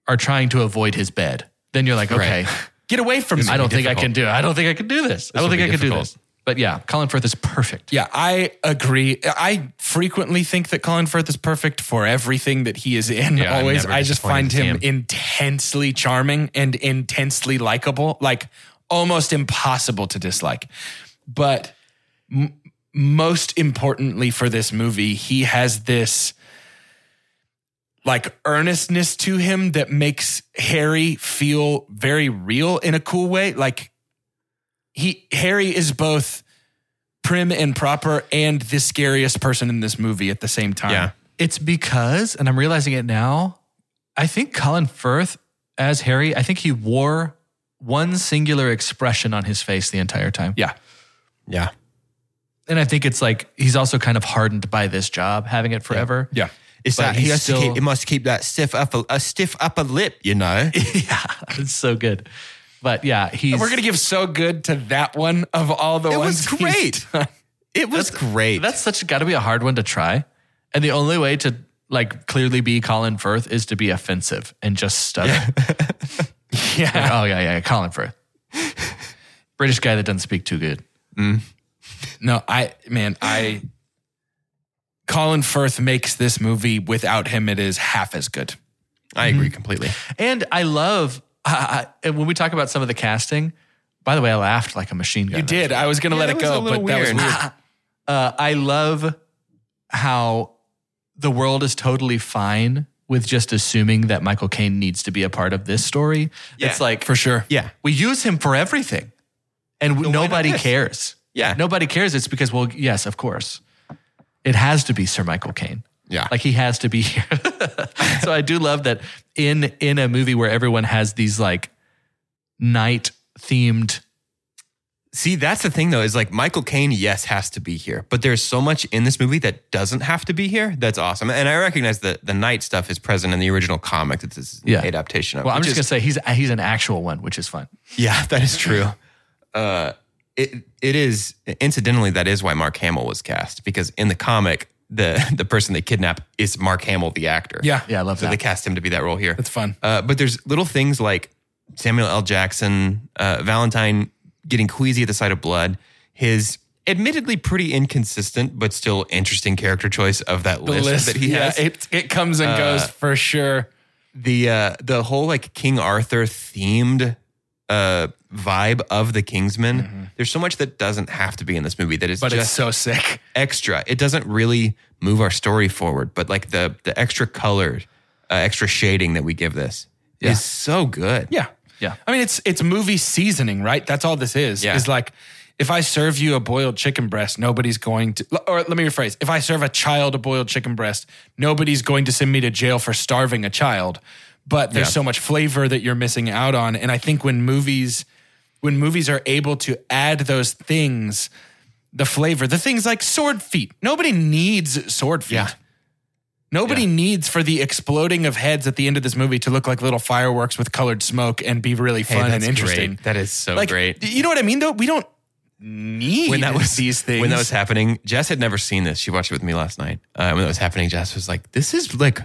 Speaker 3: are trying to avoid his bed. Then you're like, okay,
Speaker 1: Get away from me.
Speaker 3: I don't think I can do. I don't think I can do this. I don't
Speaker 2: will
Speaker 3: think
Speaker 2: be
Speaker 3: I can do
Speaker 2: difficult.
Speaker 3: this. But yeah, Colin Firth is perfect.
Speaker 1: Yeah, I agree. I frequently think that Colin Firth is perfect for everything that he is in.
Speaker 2: Yeah, I'm
Speaker 1: always,
Speaker 2: never
Speaker 1: I just
Speaker 2: disappointed
Speaker 1: find
Speaker 2: to see
Speaker 1: him,
Speaker 2: him.
Speaker 1: intensely charming and intensely likable, like almost impossible to dislike. But m- most importantly for this movie, he has this like earnestness to him that makes Harry feel very real in a cool way. Like he Harry is both prim and proper and the scariest person in this movie at the same time.
Speaker 2: Yeah.
Speaker 3: It's because, and I'm realizing it now, I think Colin Firth as Harry, I think he wore one singular expression on his face the entire time.
Speaker 1: Yeah.
Speaker 2: Yeah.
Speaker 3: And I think it's like he's also kind of hardened by this job, having
Speaker 1: *laughs*
Speaker 3: it forever.
Speaker 1: Yeah.
Speaker 2: It's
Speaker 3: But
Speaker 2: that he
Speaker 3: he's
Speaker 2: has
Speaker 3: still-
Speaker 2: to keep, he must keep that stiff upper, a stiff upper lip, you know.
Speaker 3: yeah. It's so good. But yeah, he's
Speaker 1: We're going to give so good to that one of all the
Speaker 2: It
Speaker 1: ones.
Speaker 2: was
Speaker 1: he's
Speaker 2: great.
Speaker 1: done. *laughs*
Speaker 2: It was great.
Speaker 3: That's such got to be a hard one to try. And the only way to like clearly be Colin Firth is to be offensive and just stutter.
Speaker 1: yeah.
Speaker 3: Like, oh *laughs* yeah, yeah, Colin Firth, British guy that doesn't speak too good.
Speaker 1: No, I, man, I, Colin Firth makes this movie. Without him, it is half as good.
Speaker 2: I agree completely.
Speaker 3: And I love I, I- and when we talk about some of the casting. By the way, I laughed like a machine gun.
Speaker 1: You did. I was going to let
Speaker 2: that
Speaker 1: it
Speaker 2: was a
Speaker 1: go, but
Speaker 2: little
Speaker 1: that was
Speaker 2: weird.
Speaker 1: weird.
Speaker 3: *laughs* Uh, I love how the world is totally fine with just assuming that Michael Caine needs to be a part of this story.
Speaker 2: Yeah.
Speaker 3: It's like
Speaker 1: For sure.
Speaker 2: Yeah.
Speaker 3: we use him for everything, and we-
Speaker 2: why not
Speaker 3: nobody
Speaker 2: this?
Speaker 3: cares.
Speaker 2: Yeah.
Speaker 3: Nobody cares. It's because, well, yes, of course. It has to be Sir Michael Caine.
Speaker 2: Yeah.
Speaker 3: Like he has to be here. *laughs* so I do love that in in a movie where everyone has these like night themed
Speaker 2: See, that's the thing though, is like Michael Caine, yes, has to be here, but there's so much in this movie that doesn't have to be here. That's awesome. And I recognize that the night stuff is present in the original comic that this is
Speaker 3: Yeah.
Speaker 2: an adaptation of.
Speaker 3: Well, I'm
Speaker 2: which
Speaker 3: just
Speaker 2: is-
Speaker 3: gonna say he's he's an actual one, which is fun.
Speaker 2: Yeah, that is true. Uh, it it is incidentally that is why Mark Hamill was cast because in the comic the *laughs* the person they kidnap is Mark Hamill the actor.
Speaker 1: Yeah.
Speaker 3: Yeah, I love
Speaker 2: so they
Speaker 3: that.
Speaker 2: cast him to be that role here.
Speaker 1: That's fun.
Speaker 2: Uh, but there's little things like Samuel L. Jackson, uh, Valentine getting queasy at the sight of blood, his admittedly pretty inconsistent but still interesting character choice of that
Speaker 1: The
Speaker 2: list,
Speaker 1: list
Speaker 2: that he
Speaker 1: yeah,
Speaker 2: has.
Speaker 1: It, it comes and goes for sure.
Speaker 2: the uh, the whole like King Arthur themed uh, vibe of the Kingsman. There's so much that doesn't have to be in this movie that is
Speaker 1: Mm-hmm. But
Speaker 2: just
Speaker 1: it's so sick.
Speaker 2: extra. It doesn't really move our story forward, but like the the extra color, uh, extra shading that we give this
Speaker 3: Yeah.
Speaker 2: is so good.
Speaker 1: Yeah.
Speaker 3: Yeah.
Speaker 1: I mean, it's it's movie seasoning, right? That's all this is.
Speaker 2: Yeah.
Speaker 1: Is like if I serve you a boiled chicken breast, nobody's going to or let me rephrase. If I serve a child a boiled chicken breast, nobody's going to send me to jail for starving a child. But there's
Speaker 2: Yeah.
Speaker 1: so much flavor that you're missing out on. And I think when movies when movies are able to add those things, the flavor, the things like sword feet. Nobody needs sword feet.
Speaker 2: Yeah.
Speaker 1: Nobody needs for the exploding of heads at the end of this movie to look like little fireworks with colored smoke and be really
Speaker 2: Hey,
Speaker 1: fun and
Speaker 2: that's
Speaker 1: interesting.
Speaker 2: great. That is so
Speaker 1: Like,
Speaker 2: great.
Speaker 1: you know what I mean? Though we don't need
Speaker 2: When that was
Speaker 1: these things.
Speaker 2: when that was happening, Jess had never seen this. She watched it with me last night. Uh, when that was happening, Jess was like, "This is like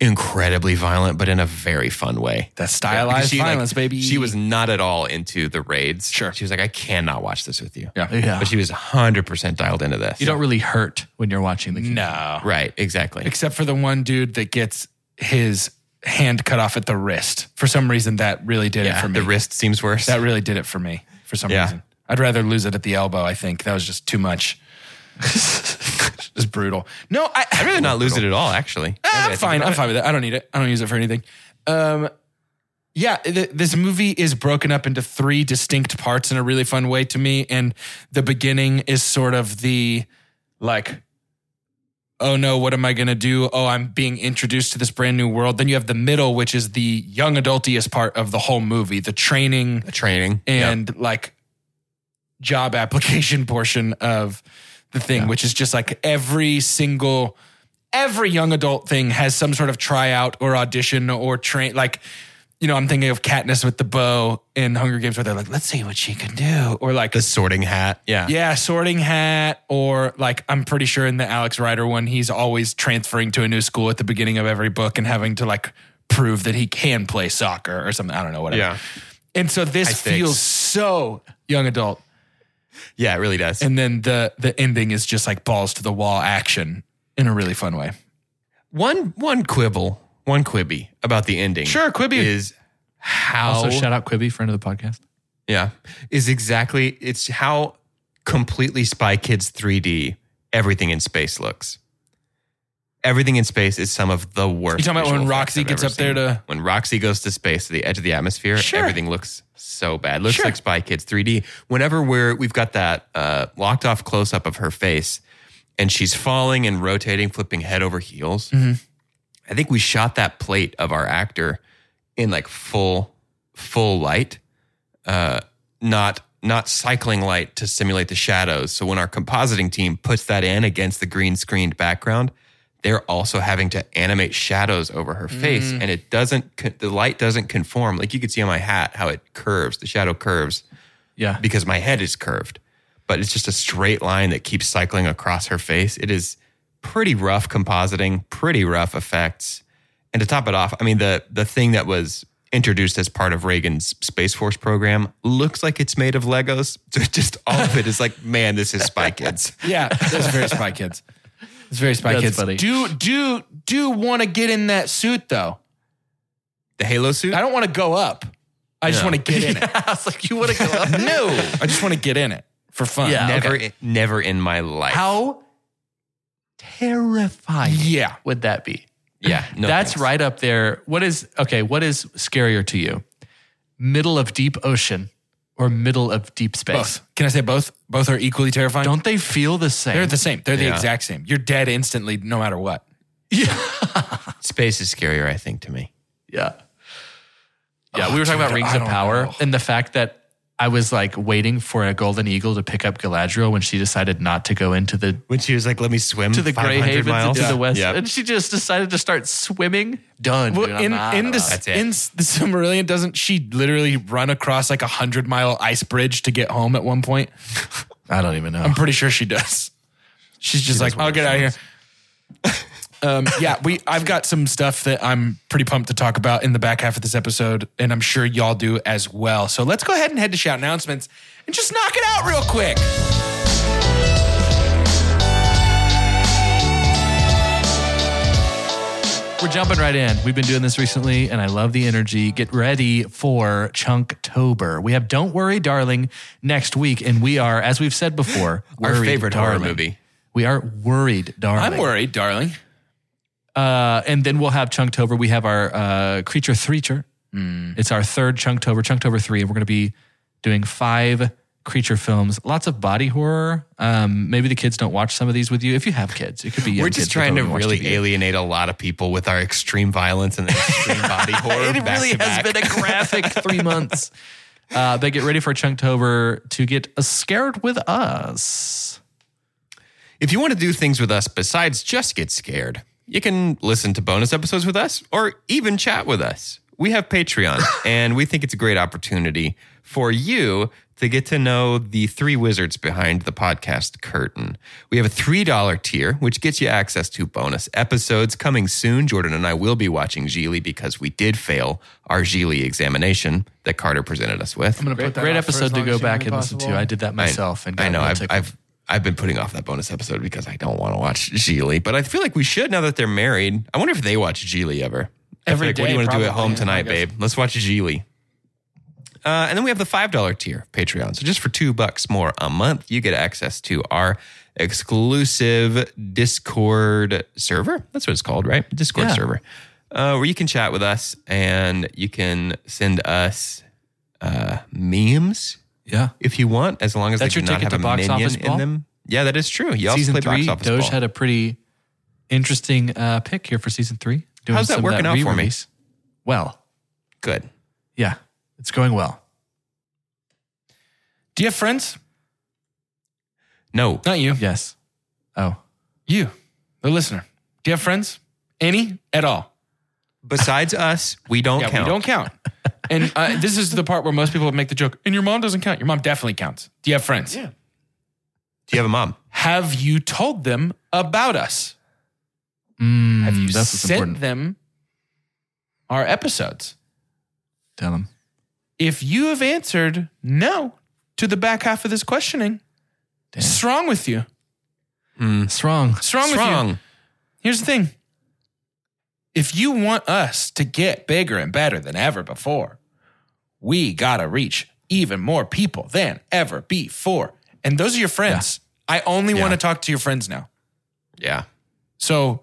Speaker 2: incredibly violent, but in a very fun way."
Speaker 1: that
Speaker 2: Because
Speaker 1: stylized
Speaker 2: she, like,
Speaker 1: violence, baby.
Speaker 2: She was not at all into the raids.
Speaker 1: Sure.
Speaker 2: She was like, I cannot watch this with you.
Speaker 1: Yeah.
Speaker 3: Yeah.
Speaker 2: But she was 100% dialed into this.
Speaker 3: You don't really hurt when you're watching the game.
Speaker 1: no,
Speaker 2: Right, exactly.
Speaker 1: except for the one dude that gets his hand cut off at the wrist. For some reason, that really did it
Speaker 2: Yeah,
Speaker 1: for me.
Speaker 2: the wrist seems worse.
Speaker 1: that really did it for me. For some
Speaker 2: Yeah.
Speaker 1: reason, I'd rather lose it at the elbow. I think that was just too
Speaker 2: *laughs*
Speaker 1: much. it was brutal. No, I,
Speaker 2: I'd rather not lose it at all, actually.
Speaker 1: *laughs* Ah, I'm fine. I'm fine with it. I don't need it. I don't use it for anything. Um, yeah, th- this movie is broken up into three distinct parts in a really fun way to me. And the beginning is sort of the like, oh no, what am I going to do? Oh, I'm being introduced to this brand new world. Then you have the middle, which is the young adultiest part of the whole movie, the training
Speaker 2: The training.
Speaker 1: and like job application *laughs* portion of the thing, which is just like every single every young adult thing has some sort of tryout or audition or train like you know, I'm thinking of Katniss with the bow in Hunger Games where they're like, let's see what she can do. Or like
Speaker 2: the sorting hat. Yeah.
Speaker 1: yeah, sorting hat, or like I'm pretty sure in the Alex Rider one, he's always transferring to a new school at the beginning of every book and having to like prove that he can play soccer or something. I don't know, whatever.
Speaker 2: Yeah.
Speaker 1: And so this
Speaker 2: High stakes.
Speaker 1: feels so young adult.
Speaker 2: Yeah, it really does.
Speaker 1: And then the the ending is just like balls to the wall action in a really fun way.
Speaker 2: one one quibble, one quibby about the ending.
Speaker 1: Sure, quibby.
Speaker 2: is how
Speaker 3: Also, shout out Quibby, friend of the podcast.
Speaker 2: Yeah. Is exactly it's how completely Spy Kids 3D everything in space looks. Everything in space is some of the worst.
Speaker 1: You talking about when
Speaker 2: visual
Speaker 1: Roxy
Speaker 2: effects I've
Speaker 1: gets
Speaker 2: ever
Speaker 1: up there to-
Speaker 2: when Roxy goes to space to the edge of the atmosphere?
Speaker 1: Sure.
Speaker 2: Everything looks so bad. Looks
Speaker 1: Sure.
Speaker 2: like Spy Kids 3D. Whenever we're we've got that uh, locked off close up of her face, and she's falling and
Speaker 1: Mm-hmm.
Speaker 2: rotating, flipping head over heels. I think we shot that plate of our actor in like full full light, uh, not not cycling light to simulate the shadows. So when our compositing team puts that in against the green screened background, they're also having to animate shadows over her face, and it doesn't co- the light doesn't conform. Like you can see on my hat how it curves, the shadow curves
Speaker 3: Yeah.
Speaker 2: because my head is curved, but it's just a straight line that keeps cycling across her face. It is pretty rough compositing, pretty rough effects. And to top it off, I mean the the thing that was introduced as part of Reagan's Space Force program looks like it's made of Legos. *laughs* So it's just all of it is like, man, this is Spy Kids.
Speaker 1: Yeah, that's very Spy Kids. It's very Spy
Speaker 3: That's
Speaker 1: Kids.
Speaker 3: funny.
Speaker 1: Do do do want to get in that suit though?
Speaker 2: The Halo suit?
Speaker 1: I don't want to go up. I just
Speaker 2: Yeah.
Speaker 1: want to get in it.
Speaker 3: *laughs* I was like, you want to go up?
Speaker 1: No, I just want to get in it for fun.
Speaker 3: Yeah.
Speaker 2: never,
Speaker 3: okay.
Speaker 2: in- never in my life.
Speaker 3: *laughs* How terrifying
Speaker 1: Yeah.
Speaker 3: would that be?
Speaker 2: Yeah, no
Speaker 3: That's
Speaker 2: thanks.
Speaker 3: right up there. What is okay? What is scarier to you? Middle of deep ocean or middle of deep space?
Speaker 1: Both. Can I say both? Both are equally terrifying.
Speaker 3: Don't they feel the
Speaker 1: They're
Speaker 3: same?
Speaker 1: the same. They're the
Speaker 2: Yeah.
Speaker 1: exact same. You're dead instantly, no matter what.
Speaker 3: yeah.
Speaker 2: Space is scarier, I think, to me.
Speaker 3: Yeah. Yeah, we were talking
Speaker 1: dude,
Speaker 3: about Rings
Speaker 1: I
Speaker 3: of
Speaker 1: don't
Speaker 3: Power
Speaker 1: know.
Speaker 3: and the fact that I was like waiting for a golden eagle to pick up Galadriel when she decided not to go into the
Speaker 2: When she was like, "Let me swim
Speaker 3: to the Grey
Speaker 2: 500
Speaker 3: Haven to,
Speaker 2: miles.
Speaker 3: to the west,
Speaker 2: Yeah.
Speaker 3: and she just decided to start swimming. Done.
Speaker 1: Well,
Speaker 3: dude, I'm
Speaker 1: in
Speaker 3: not
Speaker 1: in
Speaker 3: about it.
Speaker 1: this
Speaker 2: That's it.
Speaker 1: in s- the Silmarillion, doesn't she literally run across like a hundred mile ice bridge to get home at one point?
Speaker 3: I don't even know.
Speaker 1: I'm pretty sure she does. She's just like, I'll get out of here. *laughs* um, yeah, we. I've got some stuff that I'm pretty pumped to talk about in the back half of this episode, and I'm sure y'all do as well. So let's go ahead and head to shout announcements and just knock it out real quick.
Speaker 3: We're jumping right in. We've been doing this recently, and I love the energy. Get ready for Chunktober. We have Don't Worry, Darling next week, and we are, as we've said before,
Speaker 2: Our
Speaker 3: worried,
Speaker 2: favorite horror
Speaker 3: darling.
Speaker 2: movie.
Speaker 3: We are worried, darling.
Speaker 1: I'm worried, darling.
Speaker 3: Uh, and then we'll have Chunktober. We have our uh, Creature Threacher.
Speaker 2: Mm.
Speaker 3: It's our third Chunktober, Chunktober 3. And we're going to be doing five creature films, lots of body horror. Um, maybe the kids don't watch some of these with you. If you have kids, it could be young
Speaker 2: We're just
Speaker 3: kids that
Speaker 2: trying
Speaker 3: don't
Speaker 2: to
Speaker 3: even watch
Speaker 2: really
Speaker 3: TV.
Speaker 2: alienate a lot of people with our extreme violence and
Speaker 3: *laughs*
Speaker 2: extreme body horror.
Speaker 3: It
Speaker 2: back
Speaker 3: really
Speaker 2: to
Speaker 3: has
Speaker 2: back.
Speaker 3: been
Speaker 2: *laughs*
Speaker 3: a graphic three months. Uh, but get ready for Chunktober to get uh, scared with us.
Speaker 2: If you want to do things with us besides just get scared, you can listen to bonus episodes with us or even chat with us. We have Patreon, and we think it's a great opportunity for you to get to know the three wizards behind the podcast curtain. We have a $3 tier, which gets you access to bonus episodes coming soon. Jordan and I will be watching Geely because we did fail our Geely examination that Carter presented us with.
Speaker 3: Great, great episode to go back and listen to. I did that myself. and
Speaker 2: I
Speaker 3: got
Speaker 2: know
Speaker 3: a
Speaker 2: I've,
Speaker 3: tickle.
Speaker 2: I've I've been putting off that bonus episode because I don't want to watch Geely, but I feel like we should now that they're married. I wonder if they watch Geely ever. I feel
Speaker 1: Every
Speaker 2: like, what do
Speaker 1: day,
Speaker 2: you want to do at
Speaker 1: probably,
Speaker 2: home
Speaker 1: yeah, I
Speaker 2: tonight,
Speaker 1: guess.
Speaker 2: babe? Let's watch Geely. Uh, and then we have the five dollar tier of Patreon. So just for two bucks more a month, you get access to our exclusive Discord server. That's what it's called, right? Discord
Speaker 3: Yeah.
Speaker 2: server, uh, where you can chat with us and you can send us uh, memes
Speaker 3: yeah.
Speaker 2: if you want, as long as
Speaker 3: That's
Speaker 2: they do
Speaker 3: your
Speaker 2: not
Speaker 3: ticket
Speaker 2: have
Speaker 3: to
Speaker 2: a
Speaker 3: box
Speaker 2: minion
Speaker 3: office ball?
Speaker 2: in them. Yeah, that is true. You also
Speaker 3: season
Speaker 2: play
Speaker 3: three,
Speaker 2: box office
Speaker 3: Doge
Speaker 2: ball.
Speaker 3: had a pretty interesting uh, pick here for season three. Doing
Speaker 2: How's that
Speaker 3: some of
Speaker 2: working out for me?
Speaker 3: re-release. Well,
Speaker 2: Good.
Speaker 3: yeah, it's going well.
Speaker 1: Do you have friends?
Speaker 3: *laughs*
Speaker 2: No,
Speaker 1: Not you.
Speaker 3: Yes. Oh,
Speaker 1: You, the listener. Do you have friends? Any at all?
Speaker 2: besides us, we don't
Speaker 1: yeah,
Speaker 2: count.
Speaker 1: we don't *laughs* count. and uh, this is the part where most people make the joke. And your mom doesn't count. Your mom definitely counts. Do you have friends? Yeah.
Speaker 2: Do you have a mom?
Speaker 1: Have you told them about us?
Speaker 3: Mm,
Speaker 1: Have you
Speaker 3: That's what's
Speaker 1: sent
Speaker 3: important.
Speaker 1: them our episodes?
Speaker 3: Tell him.
Speaker 1: If you have answered no to the back half of this questioning,
Speaker 3: Damn.
Speaker 1: strong with you.
Speaker 3: Hmm. Strong.
Speaker 1: Strong, with you.
Speaker 2: Strong.
Speaker 1: Here's the thing. If you want us to get bigger and better than ever before, we got to reach even more people than ever before. And those are your friends. I only
Speaker 2: Yeah.
Speaker 1: want to talk to your friends now.
Speaker 2: Yeah.
Speaker 1: So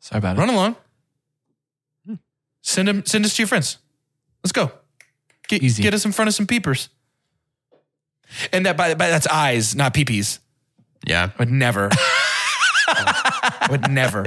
Speaker 3: Sorry about
Speaker 1: run
Speaker 3: it.
Speaker 1: along. Hmm. Send them, send us to your friends. Let's go. Get,
Speaker 3: Easy.
Speaker 1: get us in front of some peepers. And that by, by that's eyes, not peepees.
Speaker 2: Yeah.
Speaker 1: *laughs* Oh, I would never. I would never.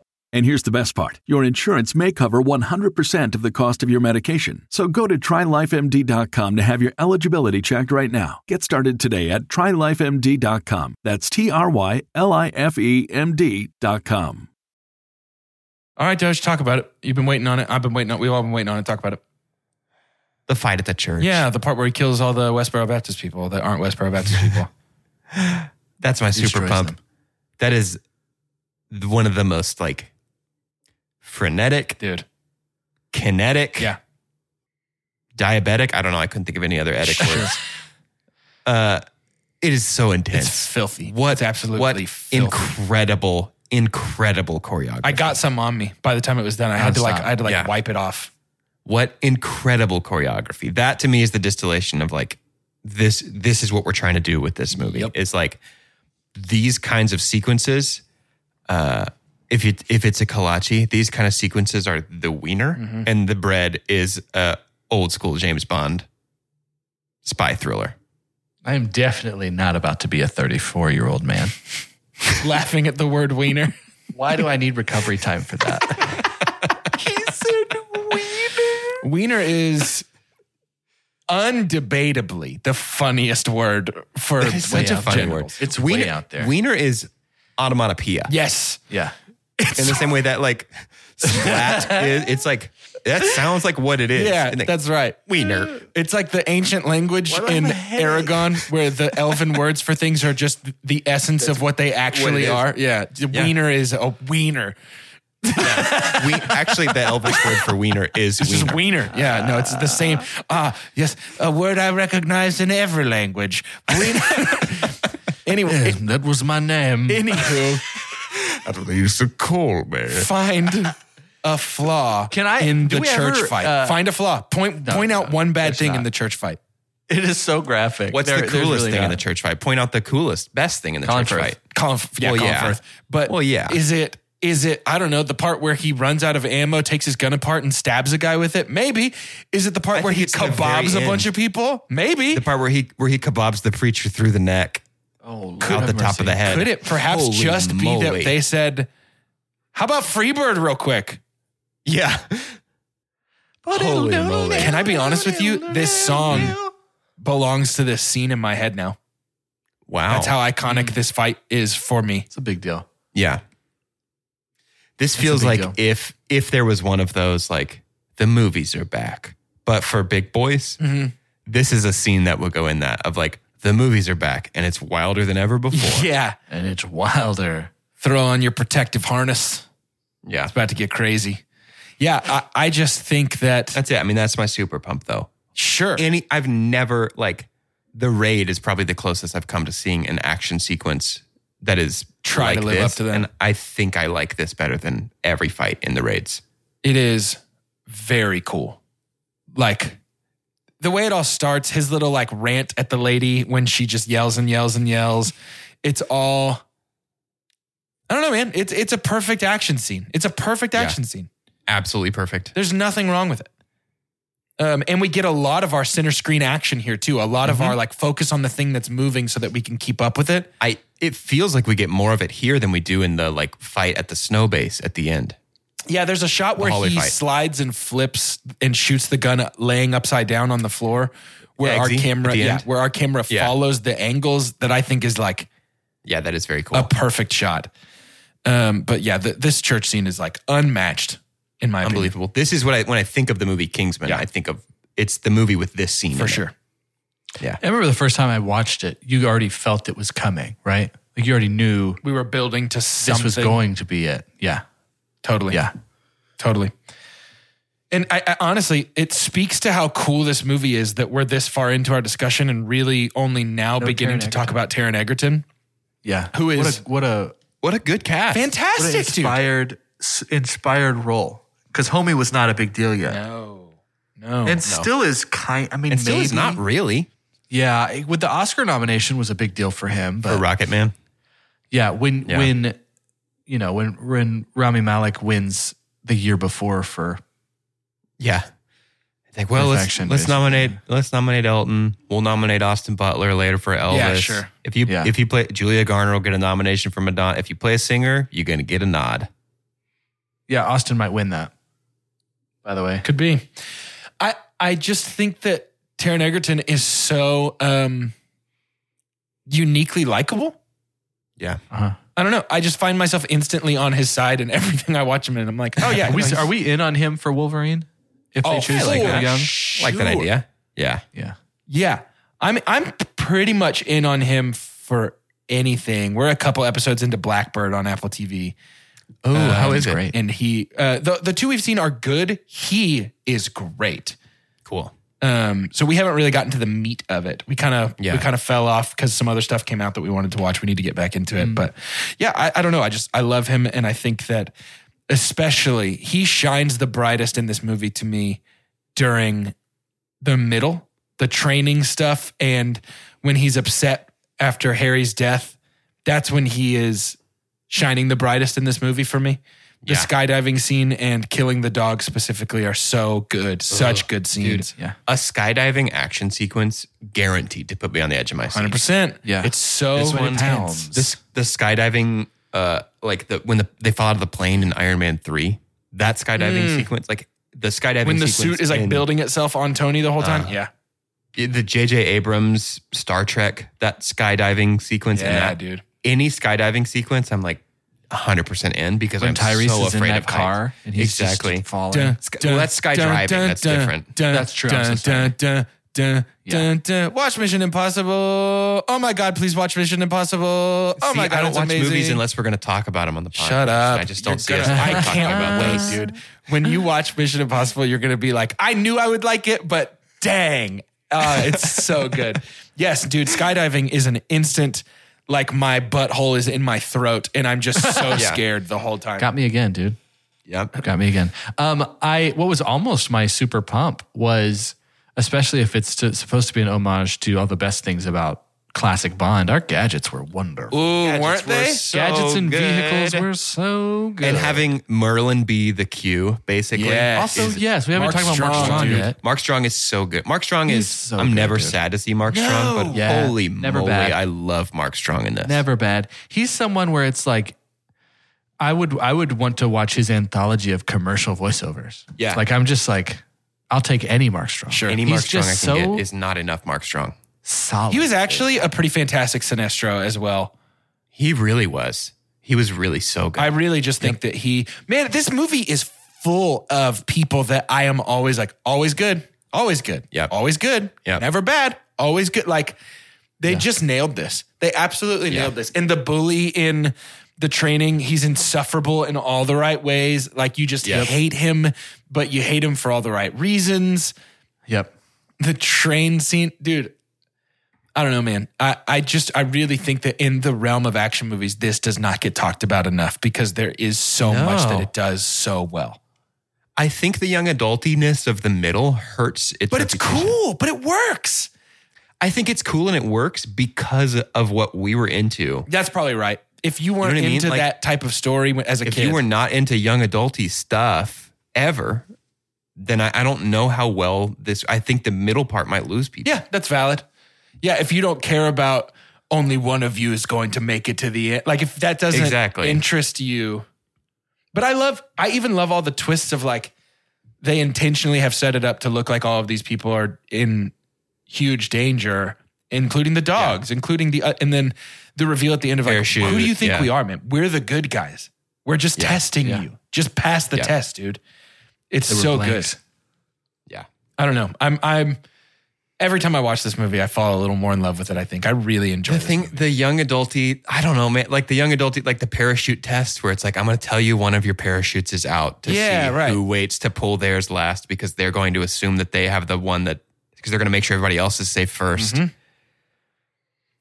Speaker 4: And here's the best part your insurance may cover 100% of the cost of your medication. So go to trylifemd.com to have your eligibility checked right now. Get started today at trylifemd.com. That's T R Y L I F E M D.com.
Speaker 1: All right, Doge, talk about it. You've been waiting on it. I've been waiting on. We've all been waiting on it. Talk about it.
Speaker 2: The fight at the church.
Speaker 1: Yeah, the part where he kills all the Westboro Baptist people that aren't Westboro Baptist
Speaker 3: *laughs*
Speaker 1: people.
Speaker 2: That's my super
Speaker 1: destroys
Speaker 2: pump.
Speaker 1: them.
Speaker 2: That is th- one of the most like frenetic,
Speaker 1: Dude.
Speaker 2: kinetic,
Speaker 1: Yeah.
Speaker 2: diabetic. I don't know. I couldn't think of any other etic words. Uh, it is so intense.
Speaker 1: It's filthy.
Speaker 2: What
Speaker 1: It's absolutely
Speaker 2: what
Speaker 1: filthy.
Speaker 2: incredible, incredible choreography.
Speaker 1: I got some on me by the time it was done. I had to like
Speaker 3: Nonstop.
Speaker 1: I had to like
Speaker 2: Yeah.
Speaker 1: wipe it off.
Speaker 2: what incredible choreography. That to me is the distillation of like this this is what we're trying to do with this movie.
Speaker 1: Yep.
Speaker 2: It's like these kinds of sequences uh if it if it's a kolache, these kind of sequences are the wiener
Speaker 1: Mm-hmm.
Speaker 2: and the bread is a old school James Bond spy thriller.
Speaker 3: I am definitely not about to be a 34 year old man.
Speaker 1: *laughs* laughing at the word wiener.
Speaker 3: *laughs* Why do I need recovery time for that?
Speaker 1: he said wiener. Wiener is undebatably the funniest word for
Speaker 2: It's such a
Speaker 1: genitals.
Speaker 2: funny word.
Speaker 3: It's way
Speaker 2: wiener
Speaker 3: out there.
Speaker 2: Wiener is onomatopoeia.
Speaker 1: Yes.
Speaker 3: Yeah.
Speaker 2: In the same way that like
Speaker 1: *laughs*
Speaker 2: splat is it's like that sounds like what it is.
Speaker 1: Yeah,
Speaker 2: And, like,
Speaker 1: that's right.
Speaker 2: wiener.
Speaker 1: It's like the ancient language
Speaker 2: Why do I
Speaker 1: in
Speaker 2: have a headache?
Speaker 1: Aragon where the
Speaker 2: *laughs*
Speaker 1: elven words for things are just the essence of what they actually
Speaker 2: is.
Speaker 1: are. Yeah. the
Speaker 2: Yeah.
Speaker 1: Wiener is a wiener.
Speaker 2: we actually the Elvis word for wiener is
Speaker 1: It's
Speaker 2: wiener.
Speaker 1: just wiener. Yeah, no, it's the same. Ah, yes, a word I recognize in every language.
Speaker 2: *laughs*
Speaker 1: Wiener. anyway,
Speaker 3: That was my name.
Speaker 1: anywho.
Speaker 2: That's what they used to call me. *laughs*
Speaker 1: find a flaw
Speaker 3: Can I-
Speaker 1: in
Speaker 3: do
Speaker 1: the
Speaker 3: we
Speaker 1: church
Speaker 3: ever,
Speaker 1: fight.
Speaker 3: uh,
Speaker 1: find a flaw. Point
Speaker 3: No,
Speaker 1: point out
Speaker 3: no,
Speaker 1: one bad
Speaker 3: there's
Speaker 1: thing in
Speaker 3: not.
Speaker 1: the church fight.
Speaker 3: It is so graphic.
Speaker 2: What's
Speaker 3: There-
Speaker 2: the
Speaker 3: there's
Speaker 2: coolest
Speaker 3: really
Speaker 2: thing in
Speaker 3: not.
Speaker 2: the church fight? Point out the coolest, best thing in the
Speaker 3: Colin
Speaker 2: church
Speaker 3: Firth.
Speaker 2: fight.
Speaker 1: Colin, F- yeah,
Speaker 2: Well,
Speaker 1: Colin
Speaker 2: yeah.
Speaker 1: Firth. But
Speaker 2: Well, yeah.
Speaker 1: is it is it I don't know the part where he runs out of ammo, takes his gun apart, and stabs a guy with it? Maybe. Is it the part
Speaker 2: I
Speaker 1: where
Speaker 2: think
Speaker 1: he
Speaker 2: it's the very
Speaker 1: kebabs a bunch
Speaker 2: end.
Speaker 1: of people? Maybe.
Speaker 2: The part where he where he kebabs the preacher through the neck,
Speaker 3: Oh, Lord
Speaker 2: out
Speaker 3: have
Speaker 2: the top
Speaker 3: mercy.
Speaker 2: of the head.
Speaker 1: Could it perhaps
Speaker 2: Holy
Speaker 1: just be
Speaker 2: moly.
Speaker 1: that they said, "How about Freebird, real quick"?
Speaker 2: Yeah. Holy moly!
Speaker 1: Can I be honest with you? This song belongs to this scene in my head now.
Speaker 2: Wow. Mm.
Speaker 1: That's how iconic this fight is for me.
Speaker 3: It's a big deal.
Speaker 2: Yeah. This
Speaker 3: That's a
Speaker 2: feels
Speaker 3: big
Speaker 2: like
Speaker 3: deal.
Speaker 2: if if there was one of those like the movies are back, but for big boys,
Speaker 3: Mm-hmm.
Speaker 2: this is a scene that would go in that of like the movies are back and it's wilder than ever
Speaker 3: *laughs*
Speaker 2: before.
Speaker 1: Yeah.
Speaker 3: And it's wilder.
Speaker 1: Throw on your protective harness.
Speaker 2: yeah.
Speaker 1: It's about to get crazy. Yeah. I, I just think that,
Speaker 2: That's it. I mean, that's my super pump though.
Speaker 1: sure.
Speaker 2: Any I've never like the raid is probably the closest I've come to seeing an action sequence that is
Speaker 1: Try to
Speaker 2: like
Speaker 1: live up
Speaker 2: this,
Speaker 1: to that.
Speaker 2: And I think I like this better than every fight in the raids.
Speaker 1: it is very cool. Like the way it all starts, his little like rant at the lady when she just yells and yells and yells. It's all. I don't know, man. It's it's a perfect action scene. It's a perfect
Speaker 2: Yeah.
Speaker 1: action scene.
Speaker 2: Absolutely perfect.
Speaker 1: There's nothing wrong with it. Um, and we get a lot of our center screen action here too. A lot of our like focus on the thing that's moving so that we can keep up with it.
Speaker 2: I it feels like we get more of it here than we do in the like fight at the snow base at the end.
Speaker 1: Yeah, there's a shot where
Speaker 2: hallway
Speaker 1: he
Speaker 2: fight.
Speaker 1: slides and flips and shoots the gun laying upside down on the floor. Where our
Speaker 2: Eggsy at
Speaker 1: camera,
Speaker 2: the
Speaker 1: yeah,
Speaker 2: end.
Speaker 1: where our camera
Speaker 2: Yeah.
Speaker 1: follows the angles that I think is like
Speaker 2: Yeah, that is very cool.
Speaker 1: a perfect shot. Um, but yeah, th this church scene is like unmatched in my opinion.
Speaker 2: Unbelievable. This is what I when I think of the movie Kingsman,
Speaker 1: Yeah.
Speaker 2: I think of it's the movie with this scene in
Speaker 1: for
Speaker 2: it.
Speaker 1: sure.
Speaker 3: I remember the first time I watched it, you already felt it was coming, right? Like you already knew
Speaker 1: We were building to
Speaker 3: this
Speaker 1: something.
Speaker 3: was going to be it. Yeah.
Speaker 1: totally.
Speaker 3: Yeah.
Speaker 1: Totally. And I, I honestly, it speaks to how cool this movie is that we're this far into our discussion and really only now beginning
Speaker 3: Taron
Speaker 1: to talk about Taron Egerton.
Speaker 3: Yeah.
Speaker 1: Who
Speaker 3: What
Speaker 1: is-
Speaker 3: a- what a
Speaker 2: What a good cast.
Speaker 3: what an
Speaker 1: Fantastic, dude.
Speaker 3: inspired s- inspired role because homie was not a big deal yet
Speaker 1: No, no.
Speaker 3: and still is kind i mean
Speaker 2: And still is
Speaker 3: maybe-
Speaker 2: not really
Speaker 3: yeah it- with the oscar nomination was a big deal for him
Speaker 2: for
Speaker 3: but
Speaker 2: Rocket Man.
Speaker 3: yeah when
Speaker 2: Yeah.
Speaker 3: when you know when when rami malik wins the year before for
Speaker 2: Yeah. It's like, well, let's,
Speaker 3: Perfection,
Speaker 2: let's
Speaker 3: basically.
Speaker 2: nominate let's nominate Elton. We'll nominate Austin Butler later for Elvis.
Speaker 1: Yeah, sure.
Speaker 2: If you
Speaker 3: Yeah.
Speaker 2: if you play Julia Garner will get a nomination for Madonna. If you play a singer, you're gonna get a nod.
Speaker 3: yeah austin might win that by the way
Speaker 1: Could be. I I just think that Taron Egerton is so um uniquely likable.
Speaker 2: Yeah.
Speaker 3: uh-huh.
Speaker 1: I don't know. I just find myself instantly on his side in *laughs* everything I watch him in. I'm like, oh yeah,
Speaker 3: are we
Speaker 1: he's-
Speaker 3: are we in on him for wolverine if
Speaker 1: Oh,
Speaker 3: they choose
Speaker 1: for
Speaker 3: like
Speaker 1: sure.
Speaker 3: young
Speaker 2: Like that idea. Yeah.
Speaker 3: yeah
Speaker 1: Yeah, I'm I'm pretty much in on him for anything. We're a couple episodes into Blackbird on Apple TV,
Speaker 2: Oh, how
Speaker 3: is it? Uh, great.
Speaker 1: and he uh, the the two we've seen are good. He is great.
Speaker 2: Cool.
Speaker 1: Um, so we haven't really gotten to the meat of it. We kind of
Speaker 2: Yeah.
Speaker 1: we kind of fell off because some other stuff came out that we wanted to watch. We need to get back into
Speaker 2: Mm.
Speaker 1: it, but yeah, I, I don't know. I just I love him, and I think that especially he shines the brightest in this movie to me during the middle, the training stuff, and when he's upset after Harry's death. That's when he is shining the brightest in this movie for me. The
Speaker 2: Yeah.
Speaker 1: skydiving scene and killing the dog specifically are so good, such good scenes.
Speaker 3: yeah
Speaker 2: A skydiving action sequence guaranteed to put me on the edge of my seat.
Speaker 1: Hundred percent.
Speaker 3: Yeah.
Speaker 1: it's so
Speaker 3: This one-
Speaker 1: intense.
Speaker 3: Pounds.
Speaker 2: This the skydiving, uh, like the when the, they fall out of the plane in Iron Man three, that skydiving sequence, like the skydiving
Speaker 1: Mm. when the
Speaker 2: sequence
Speaker 1: suit is like
Speaker 2: in
Speaker 1: building itself on Tony the whole time.
Speaker 2: Uh,
Speaker 1: yeah,
Speaker 2: the J.J. Abrams Star Trek, that skydiving sequence, in that
Speaker 1: dude.
Speaker 2: any skydiving sequence, I'm like hundred percent in because
Speaker 3: when
Speaker 2: I'm
Speaker 3: Tyrese
Speaker 2: so
Speaker 3: is in
Speaker 2: afraid
Speaker 3: that
Speaker 2: of heights.
Speaker 3: car and he's
Speaker 2: exactly.
Speaker 3: just falling.
Speaker 2: Sky- well, that's skydiving. That's different.
Speaker 3: That's true. I'm so sorry.
Speaker 1: Dun, dun, dun,
Speaker 3: Yeah.
Speaker 1: dun, dun. Watch Mission Impossible. Oh my God! Please watch Mission Impossible. Oh
Speaker 2: See,
Speaker 1: my God!
Speaker 2: I don't
Speaker 1: it's
Speaker 2: watch
Speaker 1: amazing.
Speaker 2: movies unless we're going to talk about them on the podcast.
Speaker 1: Shut up!
Speaker 2: I just don't
Speaker 1: You're
Speaker 2: see
Speaker 1: gonna-
Speaker 2: us
Speaker 1: I
Speaker 2: talking
Speaker 1: can't
Speaker 2: about
Speaker 1: wait,
Speaker 2: those.
Speaker 1: dude. When you watch Mission Impossible, you're gonna be like, I knew I would like it, but dang, uh, it's so
Speaker 2: *laughs*
Speaker 1: good. Yes, dude, skydiving is an instant. Like my butthole is in my throat, and I'm just so
Speaker 2: *laughs*
Speaker 1: scared the whole time.
Speaker 3: Got me again, dude.
Speaker 2: Yep.
Speaker 3: Got me again. Um, I what was almost my super pump was, especially if it's to, supposed to be an homage to all the best things about classic Bond. Our gadgets were wonderful.
Speaker 1: Ooh,
Speaker 2: Gadgets
Speaker 1: weren't
Speaker 2: were
Speaker 1: they?
Speaker 2: so
Speaker 3: gadgets and vehicles
Speaker 2: good.
Speaker 3: were so good.
Speaker 2: and having Merlin be the Q, basically. Oh,
Speaker 1: Yes.
Speaker 3: also yes, we haven't
Speaker 1: Mark
Speaker 3: talked about Mark
Speaker 1: Strong,
Speaker 3: Strong
Speaker 1: dude.
Speaker 3: yet.
Speaker 2: Mark Strong is so good. Mark Strong
Speaker 3: He's
Speaker 2: is.
Speaker 3: so
Speaker 2: I'm
Speaker 3: good,
Speaker 2: never
Speaker 3: dude.
Speaker 2: sad to see Mark Strong, but
Speaker 3: Yeah,
Speaker 2: holy
Speaker 3: never
Speaker 2: moly,
Speaker 3: bad.
Speaker 2: I love Mark Strong in this.
Speaker 3: Never bad. He's someone where it's like. I would I would want to watch his anthology of commercial voiceovers.
Speaker 2: Yeah.
Speaker 3: like I'm just like, I'll take any Mark Strong. Sure,
Speaker 2: Any
Speaker 3: he's
Speaker 2: Mark Strong I can
Speaker 3: just so
Speaker 2: get is not enough Mark Strong.
Speaker 3: solid.
Speaker 1: He was actually a pretty fantastic Sinestro as well.
Speaker 2: He really was. He was really so good.
Speaker 1: I really just think that he, man, this movie is full of people that I am always like, always good, always good,
Speaker 2: Yep.
Speaker 1: always good,
Speaker 2: Yep.
Speaker 1: never bad, always good. Like they just nailed this. They absolutely
Speaker 2: Yeah.
Speaker 1: nailed this. And the bully in the training, he's insufferable in all the right ways. Like you just
Speaker 2: Yep.
Speaker 1: hate him, but you hate him for all the right reasons.
Speaker 3: yep.
Speaker 1: the train scene, dude. I don't know, man. I, I just I really think that in the realm of action movies, this does not get talked about enough because there is so much that
Speaker 2: No.
Speaker 1: it does so well.
Speaker 2: I think the young adultiness of the middle hurts its
Speaker 1: But it's
Speaker 2: reputation.
Speaker 1: cool, but it works.
Speaker 2: I think it's cool and it works because of what we were into.
Speaker 1: That's probably right. If you weren't
Speaker 2: what I mean?
Speaker 1: into
Speaker 2: Like,
Speaker 1: that type of story when- as a
Speaker 2: If
Speaker 1: kid,
Speaker 2: you were not into young adulty stuff ever, then I, I don't know how well this. I think the middle part might lose people.
Speaker 1: Yeah, that's valid. Yeah, if you don't care about only one of you is going to make it to the end, like if that doesn't
Speaker 2: Exactly.
Speaker 1: interest you. But I love, I even love all the twists of like they intentionally have set it up to look like all of these people are in huge danger, including the dogs, including the, uh, and then the reveal at the end of like,
Speaker 2: Parachute,
Speaker 1: who do you think
Speaker 2: yeah.
Speaker 1: we are, man? We're the good guys. We're just
Speaker 2: Yeah,
Speaker 1: testing
Speaker 3: yeah.
Speaker 1: you. Just pass the
Speaker 2: Yeah.
Speaker 1: test, dude. It's
Speaker 3: They were
Speaker 1: so
Speaker 3: blanks.
Speaker 1: good.
Speaker 2: Yeah.
Speaker 1: I don't know. I'm I'm every time I watch this movie, I fall a little more in love with it. I think I really enjoy
Speaker 2: The
Speaker 1: this
Speaker 2: thing,
Speaker 1: movie.
Speaker 2: the young adulty, I don't know, man. Like the young adulty, like the parachute test, where it's like, I'm going to tell you one of your parachutes is out to
Speaker 1: Yeah,
Speaker 2: see
Speaker 1: right.
Speaker 2: who waits to pull theirs last because they're going to assume that they have the one that, because they're going to make sure everybody else is safe 1st
Speaker 1: Mhm.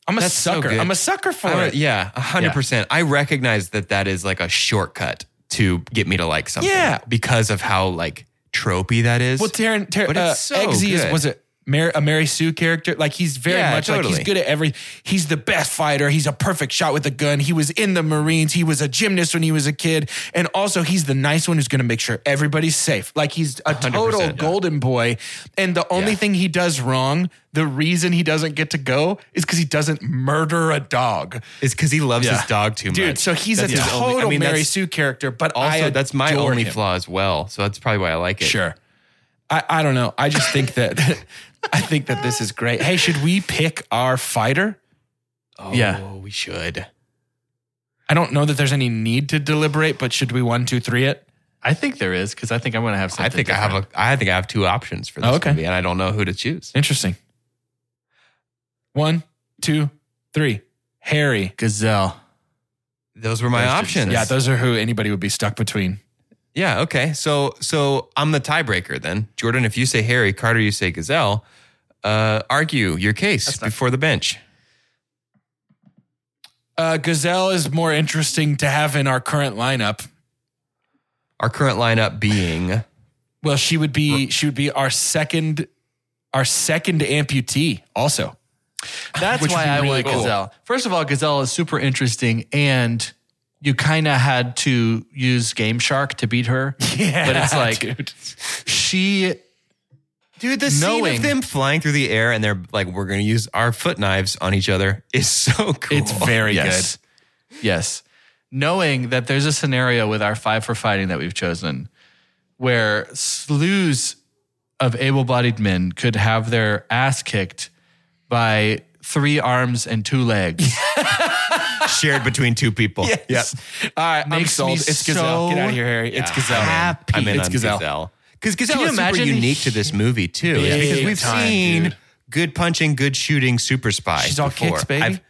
Speaker 1: I'm a
Speaker 2: That's so
Speaker 1: sucker.
Speaker 2: good.
Speaker 1: I'm a sucker for
Speaker 2: I-
Speaker 1: it.
Speaker 2: yeah, a hundred percent. I recognize that that is like a shortcut to get me to like something.
Speaker 1: Yeah.
Speaker 2: because of how like tropey that is.
Speaker 1: Well, Taryn, Taryn
Speaker 2: But it's
Speaker 1: uh,
Speaker 2: so
Speaker 1: Eggsy is
Speaker 2: good.
Speaker 1: was it Mar- a Mary Sue character? Like he's very
Speaker 2: Yeah,
Speaker 1: much like
Speaker 2: totally.
Speaker 1: he's good at every. He's the best fighter. He's a perfect shot with a gun. He was in the Marines. He was a gymnast when he was a kid, and also he's the nice one who's going to make sure everybody's safe. Like he's a total
Speaker 2: 100%, yeah.
Speaker 1: golden boy. And the only
Speaker 2: Yeah.
Speaker 1: thing he does wrong, the reason he doesn't get to go, is because he doesn't murder a dog.
Speaker 2: it's because he loves
Speaker 1: Yeah.
Speaker 2: his dog too
Speaker 1: Dude,
Speaker 2: much.
Speaker 1: so he's
Speaker 2: That's
Speaker 1: a
Speaker 2: his
Speaker 1: total
Speaker 2: only- I mean,
Speaker 1: Mary
Speaker 2: that's-
Speaker 1: Sue character, but
Speaker 2: Also,
Speaker 1: I
Speaker 2: that's my
Speaker 1: adore
Speaker 2: only
Speaker 1: him.
Speaker 2: flaw as well. So that's probably why I like it.
Speaker 1: Sure. I, I don't know. I just think that *laughs* I think that this is great. Hey, should we pick our fighter?
Speaker 2: Oh,
Speaker 3: Yeah.
Speaker 2: we should.
Speaker 1: I don't know that there's any need to deliberate, but should we one, two, three it?
Speaker 3: I think there is because I think I'm going to have something.
Speaker 2: I think I have
Speaker 3: different.
Speaker 2: a. I think I have two options for this
Speaker 1: Oh, okay.
Speaker 2: movie, and I don't know who to choose.
Speaker 1: Interesting. One, two, three. Harry.
Speaker 3: gazelle.
Speaker 2: Those were my
Speaker 3: Those should
Speaker 2: options.
Speaker 1: Yeah, those are who anybody would be stuck between.
Speaker 2: Yeah. Okay. So so I'm the tiebreaker then, Jordan. If you say Harry Carter, you say Gazelle. Uh, argue your case before the bench.
Speaker 1: Uh, Gazelle is more interesting to have in our current lineup.
Speaker 2: Our current lineup being
Speaker 1: Well, she would be she would be our second our second amputee also.
Speaker 3: That's
Speaker 1: Which would
Speaker 3: why
Speaker 1: be
Speaker 3: I
Speaker 1: really
Speaker 3: like
Speaker 1: cool.
Speaker 3: gazelle. First of all, gazelle is super interesting, and you kind of had to use Game Shark to beat her.
Speaker 1: *laughs* Yeah.
Speaker 3: but it's like
Speaker 1: dude.
Speaker 3: she
Speaker 2: dude. The scene
Speaker 3: Knowing-
Speaker 2: of them flying through the air and they're like, "We're going to use our foot knives on each other" is so cool.
Speaker 1: It's very
Speaker 3: yes. Yes. Knowing that there's a scenario with our five for fighting that we've chosen where slews of able bodied men could have their ass kicked by three arms and two legs.
Speaker 2: shared between two *laughs* people.
Speaker 1: Yes. Yep. *laughs* All right. I'm
Speaker 3: Makes
Speaker 1: sold.
Speaker 3: me
Speaker 1: It's Gazelle. Get
Speaker 3: so
Speaker 1: out of here, Harry. It's Gazelle.
Speaker 3: happy.
Speaker 2: I'm in
Speaker 1: It's
Speaker 2: on
Speaker 1: Gazelle.
Speaker 2: Gazelle. Because
Speaker 3: Can
Speaker 2: Gazelle
Speaker 3: you
Speaker 2: is super
Speaker 3: imagine?
Speaker 2: unique to this movie too.
Speaker 1: Big
Speaker 2: Because we've
Speaker 1: time,
Speaker 2: seen
Speaker 1: dude.
Speaker 2: good punching, good shooting super spy.
Speaker 1: She's all
Speaker 2: before.
Speaker 1: kicks, baby.
Speaker 2: I've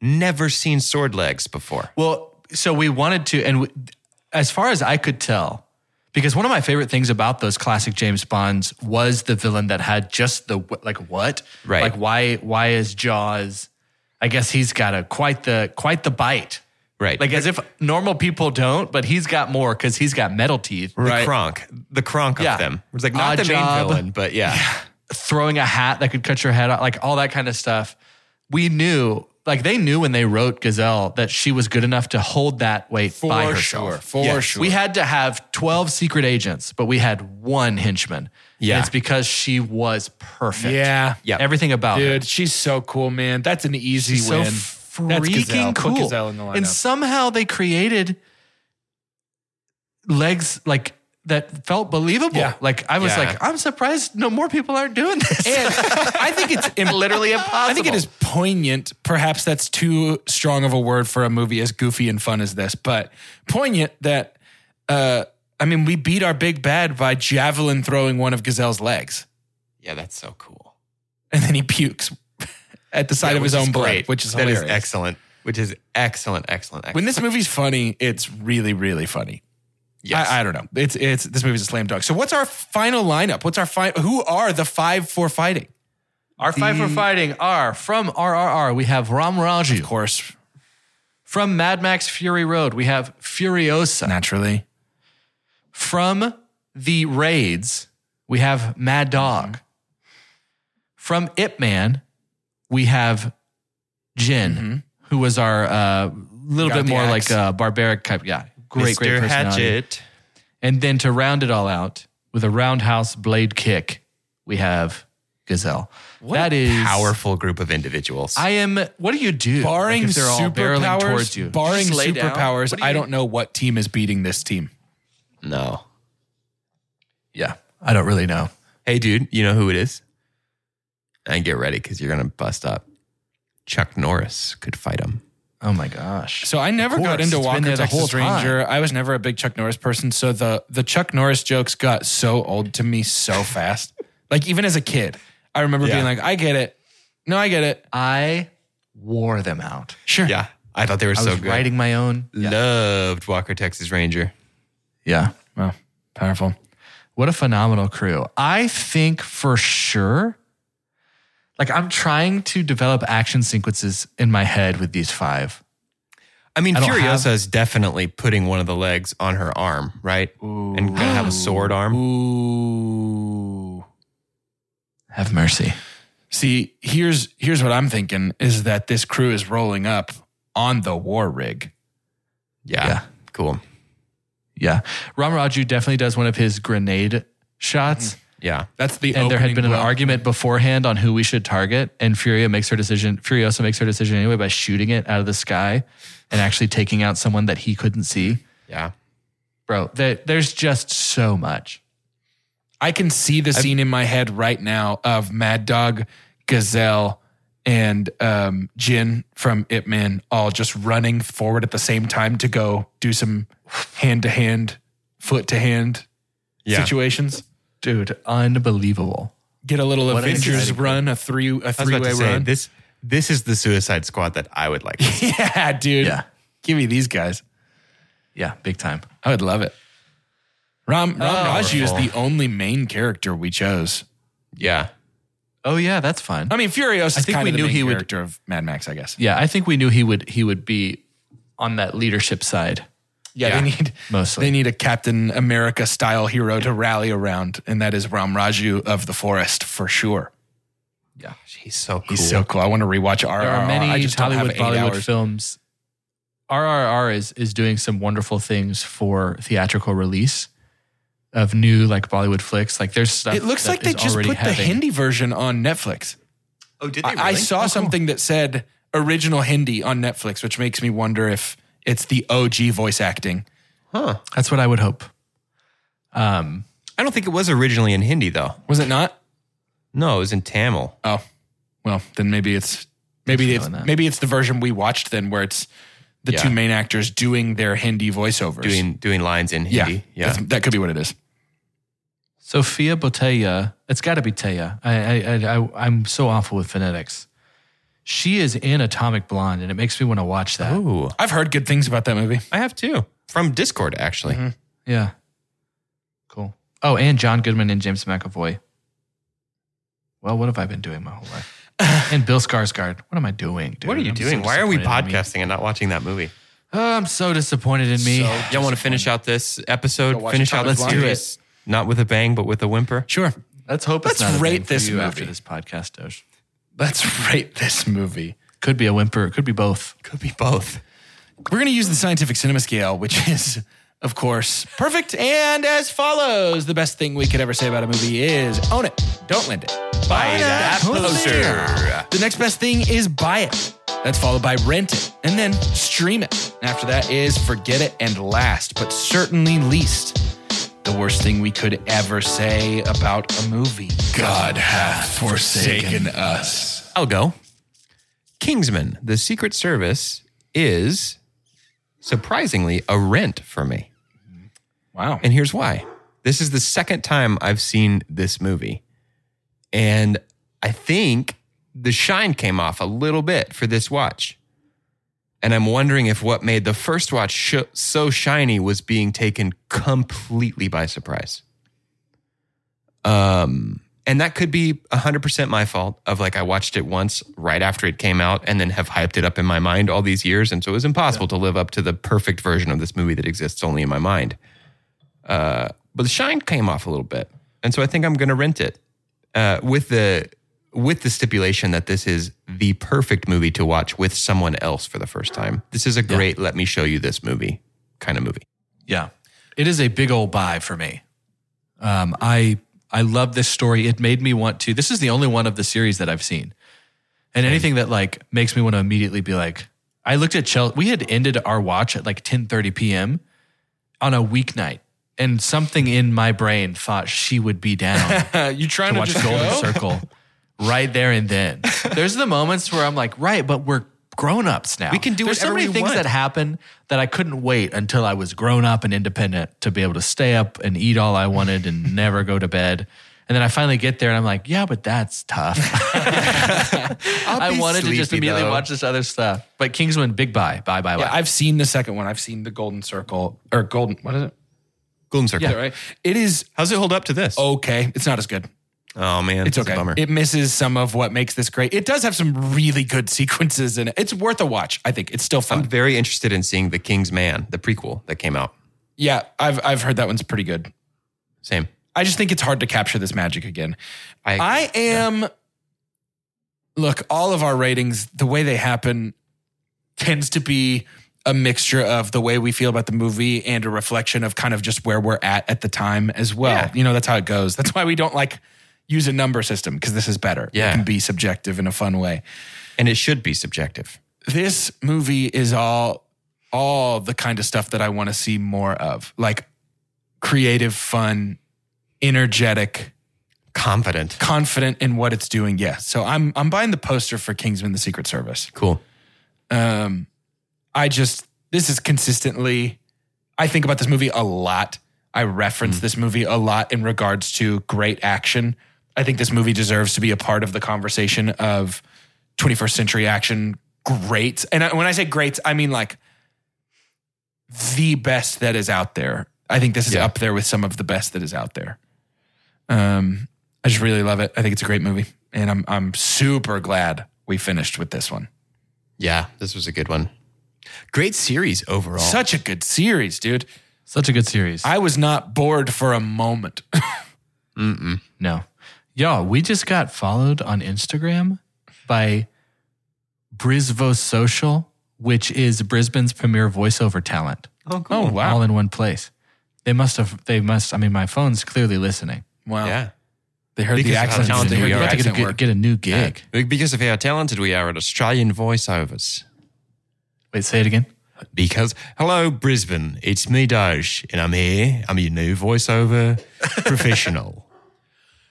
Speaker 2: never seen sword legs before.
Speaker 3: Well, so we wanted to, and we, as far as I could tell, because one of my favorite things about those classic James Bonds was the villain that had just the wh- like what,
Speaker 2: Right.
Speaker 3: Like why why is Jaws? I guess he's got a quite the quite the bite,
Speaker 2: Right.
Speaker 3: Like as if normal people don't, but he's got more because he's got metal teeth.
Speaker 2: the
Speaker 1: Right.
Speaker 2: Kronk, the Kronk
Speaker 3: Yeah.
Speaker 2: of them. It's like not
Speaker 3: Odd
Speaker 2: the main
Speaker 3: job.
Speaker 2: villain, but yeah.
Speaker 3: Throwing a hat that could cut your head off, like all that kind of stuff. We knew, like they knew when they wrote Gazelle that she was good enough to hold that weight
Speaker 1: For
Speaker 3: by herself.
Speaker 1: sure. For sure.
Speaker 3: We had to have 12 secret agents, but we had one henchman.
Speaker 2: Yeah.
Speaker 3: And it's because she was perfect.
Speaker 1: Yeah.
Speaker 2: Yeah.
Speaker 3: Everything about her.
Speaker 1: Dude, she's so cool, man. That's an easy
Speaker 3: She's so
Speaker 1: win. That's Gazelle.
Speaker 3: freaking
Speaker 1: Put
Speaker 3: cool.
Speaker 1: Gazelle in the lineup.
Speaker 3: and somehow they created legs like that felt believable.
Speaker 1: Yeah.
Speaker 3: Like I was
Speaker 2: Yeah.
Speaker 3: like, I'm surprised no more people aren't doing this.
Speaker 1: And
Speaker 3: *laughs*
Speaker 1: I think it's
Speaker 3: Literally impossible.
Speaker 1: I think it is poignant. Perhaps that's too strong of a word for a movie as goofy and fun as this, but poignant that uh I mean we beat our big bad by javelin throwing one of Gazelle's legs.
Speaker 2: Yeah, that's so cool.
Speaker 1: And then he pukes *laughs* at the side
Speaker 2: Yeah,
Speaker 1: of his
Speaker 2: which is
Speaker 1: own blood,
Speaker 2: great.
Speaker 1: which is
Speaker 2: That is
Speaker 1: hilarious.
Speaker 2: excellent. Which is excellent, excellent, excellent.
Speaker 1: When this movie's funny, it's really, really funny.
Speaker 2: yes.
Speaker 1: I, I don't know. It's it's this movie's a slam dunk. So what's our final lineup? What's our fi- who are the five for fighting?
Speaker 3: Our five for fighting are from RRR. We have Ram Raju.
Speaker 1: Of course,
Speaker 3: From Mad Max Fury Road, we have Furiosa.
Speaker 1: naturally.
Speaker 3: From the raids, we have Mad
Speaker 1: Mm-hmm.
Speaker 3: Dog. From Ip Man, we have Jin, who was our uh, little
Speaker 1: Mm-hmm. Got
Speaker 3: bit
Speaker 1: the
Speaker 3: more
Speaker 1: axe.
Speaker 3: like uh, barbaric type. Yeah, great, great
Speaker 2: Mr.
Speaker 3: personality.
Speaker 2: Hatchet.
Speaker 3: And then to round it all out, with a roundhouse blade kick, we have Gazelle.
Speaker 2: What
Speaker 3: that
Speaker 2: a
Speaker 3: is
Speaker 2: powerful group of individuals.
Speaker 3: I am. What do you do?
Speaker 1: Barring
Speaker 3: Like, if they're all barreling towards you.
Speaker 1: superpowers, barring
Speaker 3: Just lay down?
Speaker 1: superpowers,
Speaker 3: What do
Speaker 1: I
Speaker 3: you-
Speaker 1: don't know what team is beating this team.
Speaker 2: no.
Speaker 3: Yeah, I don't really know.
Speaker 2: Hey, dude, you know who it is? And get ready because you're going to bust up. Chuck Norris could fight him.
Speaker 3: Oh my gosh.
Speaker 1: So I never
Speaker 3: Of
Speaker 1: got
Speaker 3: course,
Speaker 1: into
Speaker 3: it's been
Speaker 1: Walker
Speaker 3: there the whole
Speaker 1: Texas
Speaker 3: time.
Speaker 1: Ranger. I was never a big Chuck Norris person, so the the Chuck Norris jokes got so old to me so *laughs* fast. like even as a kid, I remember
Speaker 2: Yeah.
Speaker 1: being like, "I get it, no, I get it,
Speaker 3: I wore them out.
Speaker 1: sure."
Speaker 2: Yeah. I thought they were
Speaker 3: I
Speaker 2: so
Speaker 3: was
Speaker 2: good.
Speaker 3: writing my own.
Speaker 2: Loved Walker, Texas Ranger.
Speaker 3: Yeah.
Speaker 1: Wow, powerful.
Speaker 3: What a phenomenal crew. I think for sure, like I'm trying to develop action sequences in my head with these five.
Speaker 2: I mean,
Speaker 3: I don't
Speaker 2: Furiosa
Speaker 3: have-
Speaker 2: is definitely putting one of the legs on her arm, right? And gonna have a sword arm.
Speaker 1: Ooh.
Speaker 3: Have mercy.
Speaker 1: See, here's here's what I'm thinking is that this crew is rolling up on the war rig.
Speaker 2: Yeah,
Speaker 3: Yeah.
Speaker 2: cool.
Speaker 3: Yeah. Ram Raju definitely does one of his grenade shots.
Speaker 2: Yeah,
Speaker 1: That's the
Speaker 3: And there had
Speaker 1: opening
Speaker 3: been an
Speaker 1: blow.
Speaker 3: argument beforehand on who we should target. And Furia makes her decision. Furiosa makes her decision anyway by shooting it out of the sky and actually taking out someone that he couldn't see.
Speaker 2: yeah.
Speaker 3: Bro, there, there's just so much.
Speaker 1: I can see the scene in my head right now of Mad Dog, Gazelle, and um, Jin from Ip Man all just running forward at the same time to go do some hand to hand, foot to hand
Speaker 2: Yeah.
Speaker 1: situations.
Speaker 3: Dude, unbelievable.
Speaker 1: Get a little
Speaker 3: What an
Speaker 1: Avengers
Speaker 3: exciting-
Speaker 1: run, a three a
Speaker 2: I was
Speaker 1: three
Speaker 2: about
Speaker 1: way
Speaker 2: to say
Speaker 1: run. *laughs*
Speaker 2: this. This is the Suicide Squad that I would *laughs* like. to see.
Speaker 1: yeah, dude.
Speaker 3: Yeah.
Speaker 1: Give me these guys.
Speaker 3: Yeah, big time.
Speaker 1: I would love it. Ram Ram Raju is
Speaker 2: Powerful.
Speaker 1: the only main character we chose.
Speaker 2: yeah,
Speaker 3: Oh yeah, that's fine.
Speaker 1: I mean, Furious. I think we knew he
Speaker 3: would-
Speaker 1: character of Mad Max, I guess.
Speaker 3: Yeah, I think we knew he would he would be on that leadership side
Speaker 1: Yeah, they need
Speaker 3: mostly.
Speaker 1: they need a Captain America style hero to rally around, and that is Ram Raju of the Forest for sure.
Speaker 2: he's so cool.
Speaker 1: He's so cool. I want to rewatch RRR.
Speaker 3: there are many
Speaker 1: I just
Speaker 3: Hollywood
Speaker 1: don't have eight
Speaker 3: Bollywood
Speaker 1: hours.
Speaker 3: films. RRR is is doing some wonderful things for theatrical release of new like Bollywood flicks. Like there's stuff.
Speaker 1: It looks
Speaker 3: that
Speaker 1: like they
Speaker 3: is
Speaker 1: just
Speaker 3: already
Speaker 1: put the
Speaker 3: having-
Speaker 1: Hindi version on Netflix.
Speaker 2: oh, did
Speaker 1: I, I saw something that said original Hindi on Netflix, which makes me wonder if it's the OG voice acting.
Speaker 2: Huh.
Speaker 3: That's what I would hope. Um,
Speaker 2: I don't think it was originally in Hindi though.
Speaker 1: Was it not?
Speaker 2: No, it was in Tamil.
Speaker 1: Oh, well, then maybe it's maybe it's
Speaker 3: knowing that.
Speaker 1: maybe it's the version we watched then, where it's the
Speaker 2: Yeah.
Speaker 1: two main actors doing their Hindi voiceovers.
Speaker 2: Doing doing lines in
Speaker 1: yeah,
Speaker 2: Hindi.
Speaker 1: that's- that could be what it is.
Speaker 3: Sophia Botella. It's got to be Teya. I, I, I, I, I'm so awful with phonetics. She is in Atomic Blonde, and it makes me want to watch that.
Speaker 2: Oh,
Speaker 1: I've heard good things about that movie.
Speaker 2: I have two Mm-hmm. from Discord actually.
Speaker 3: Yeah. Cool. Oh, and John Goodman and James McAvoy. Well, what have I been doing my whole *sighs* life? and Bill Skarsgård. What am I doing, dude?
Speaker 2: What are you
Speaker 3: I'm so
Speaker 2: doing? Why are we
Speaker 3: disappointed in me.
Speaker 2: podcasting and not watching that movie?
Speaker 3: Oh, I'm so disappointed in me.
Speaker 1: So-
Speaker 2: Y'all want to finish out this episode?
Speaker 1: Go watch
Speaker 2: Finish out
Speaker 1: Atomic
Speaker 2: this
Speaker 1: Blonde.
Speaker 2: series, not with a bang, but with a whimper.
Speaker 1: Sure.
Speaker 3: Let's hope it's
Speaker 1: Let's
Speaker 3: not a
Speaker 1: rate
Speaker 3: thing for
Speaker 1: this
Speaker 3: you after
Speaker 1: movie.
Speaker 3: this podcast, Doge.
Speaker 1: Let's *laughs* rate this movie.
Speaker 3: Could be a whimper. It could be both.
Speaker 2: Could be both.
Speaker 1: We're going to use the scientific cinema scale, which is, of course, perfect and as follows. The best thing we could ever say about a movie is own it, don't lend it. Buy that poster. The next best thing is buy it. That's followed by rent it and then stream it. After that is forget it and last, but certainly least, the worst thing we could ever say about a movie. God hath forsaken us.
Speaker 2: I'll go. Kingsman, the Secret Service is surprisingly a rent for me.
Speaker 1: Wow.
Speaker 2: And here's why. This is the second time I've seen this movie. And I think the shine came off a little bit for this watch. And I'm wondering if what made the first watch sh- so shiny was being taken completely by surprise. Um, and that could be 100% my fault of like I watched it once right after it came out and then have hyped it up in my mind all these years. And so it was impossible to live up to the perfect version of this movie that exists only in my mind. Uh, but the shine came off a little bit. And so I think I'm going to rent it uh, with the with the stipulation that this is the perfect movie to watch with someone else for the first time. This is a great let me show you this movie kind of movie.
Speaker 3: Yeah. It is a big old buy for me. Um, I I love this story. It made me want to. This is the only one of the series that I've seen, and anything that like makes me want to immediately be like, I looked at Chelsea. We had ended our watch at like ten thirty p.m. on a weeknight, and something in my brain thought she would be down
Speaker 1: you trying
Speaker 3: to
Speaker 1: to,
Speaker 3: watch
Speaker 1: just
Speaker 3: Golden
Speaker 1: go?
Speaker 3: Circle right there and then. There's the moments where I'm like, right, but we're grown ups now.
Speaker 2: We can do
Speaker 3: There's so
Speaker 2: whatever
Speaker 3: many
Speaker 2: we
Speaker 3: things
Speaker 2: want.
Speaker 3: that happen that I couldn't wait until I was grown up and independent to be able to stay up and eat all I
Speaker 2: *laughs*
Speaker 3: wanted and never go to bed. And then I finally get there and I'm like, yeah, but that's tough. I *laughs*
Speaker 2: be
Speaker 3: wanted to just
Speaker 2: sleepy,
Speaker 3: immediately
Speaker 2: though.
Speaker 3: watch this other stuff. But Kingsman, big bye, bye, bye,
Speaker 1: Yeah,
Speaker 3: bye.
Speaker 1: I've seen the second one. I've seen the Golden Circle or Golden. What is it?
Speaker 2: Golden Circle.
Speaker 1: Yeah, right. It is
Speaker 2: How's it hold up to this?
Speaker 1: okay. It's not as good.
Speaker 2: oh man,
Speaker 1: It's
Speaker 2: that's
Speaker 1: okay.
Speaker 2: A bummer.
Speaker 1: It misses some of what makes this great. It does have some really good *laughs* sequences in it. It's worth a watch. I think it's still fun.
Speaker 2: I'm very interested in seeing The King's Man, the prequel that came out.
Speaker 1: yeah, I've I've heard that one's pretty good.
Speaker 2: Same.
Speaker 1: I just think it's hard to capture this magic again.
Speaker 2: I,
Speaker 1: I am. Look, all of our ratings, the way they happen, tends to be a mixture of the way we feel about the movie and a reflection of kind of just where we're at at the time as well.
Speaker 2: Yeah.
Speaker 1: You know, that's how it goes. That's why we don't like use a number system because this is better.
Speaker 2: Yeah.
Speaker 1: It can be subjective in a fun way.
Speaker 2: and it should be subjective.
Speaker 1: This movie is all all the kind of stuff that I want to see more of. Like creative, fun, energetic,
Speaker 2: Confident.
Speaker 1: confident in what it's doing. Yeah. So I'm I'm buying the poster for Kingsman: The Secret Service.
Speaker 2: Cool.
Speaker 1: Um, I just this is consistently. I think about this movie a lot. I
Speaker 2: Hmm.
Speaker 1: reference this movie a lot in regards to great action. I think this movie deserves to be a part of the conversation of 21st century action greats. And I, when I say greats, I mean like the best that is out there. I think this is
Speaker 2: Yeah.
Speaker 1: up there with some of the best that is out there. Um, I just really love it. I think it's a great movie, and I'm I'm super glad we finished with this one.
Speaker 2: Yeah, this was a good one. Great series overall.
Speaker 1: Such a good series, dude.
Speaker 3: Such a good series.
Speaker 1: I was not bored for a moment. *laughs*
Speaker 3: No. Y'all, we just got followed on Instagram by Brisvo Social, which is Brisbane's premier voiceover talent.
Speaker 2: oh, cool.
Speaker 1: Oh wow,
Speaker 3: All in one place. They must have they must I mean my phone's clearly listening.
Speaker 1: wow.
Speaker 2: Yeah.
Speaker 1: They heard
Speaker 2: Because
Speaker 1: the
Speaker 2: of how
Speaker 1: accent.
Speaker 2: talented
Speaker 1: They heard
Speaker 2: we
Speaker 1: the
Speaker 2: are.
Speaker 3: We have to get a,
Speaker 1: accent
Speaker 3: good-
Speaker 1: work.
Speaker 3: get a new gig.
Speaker 2: Because of how talented we are at Australian voiceovers.
Speaker 3: Wait, say it again.
Speaker 2: Because, hello, Brisbane, it's me, Doge, and I'm here. I'm your new *laughs* voiceover professional.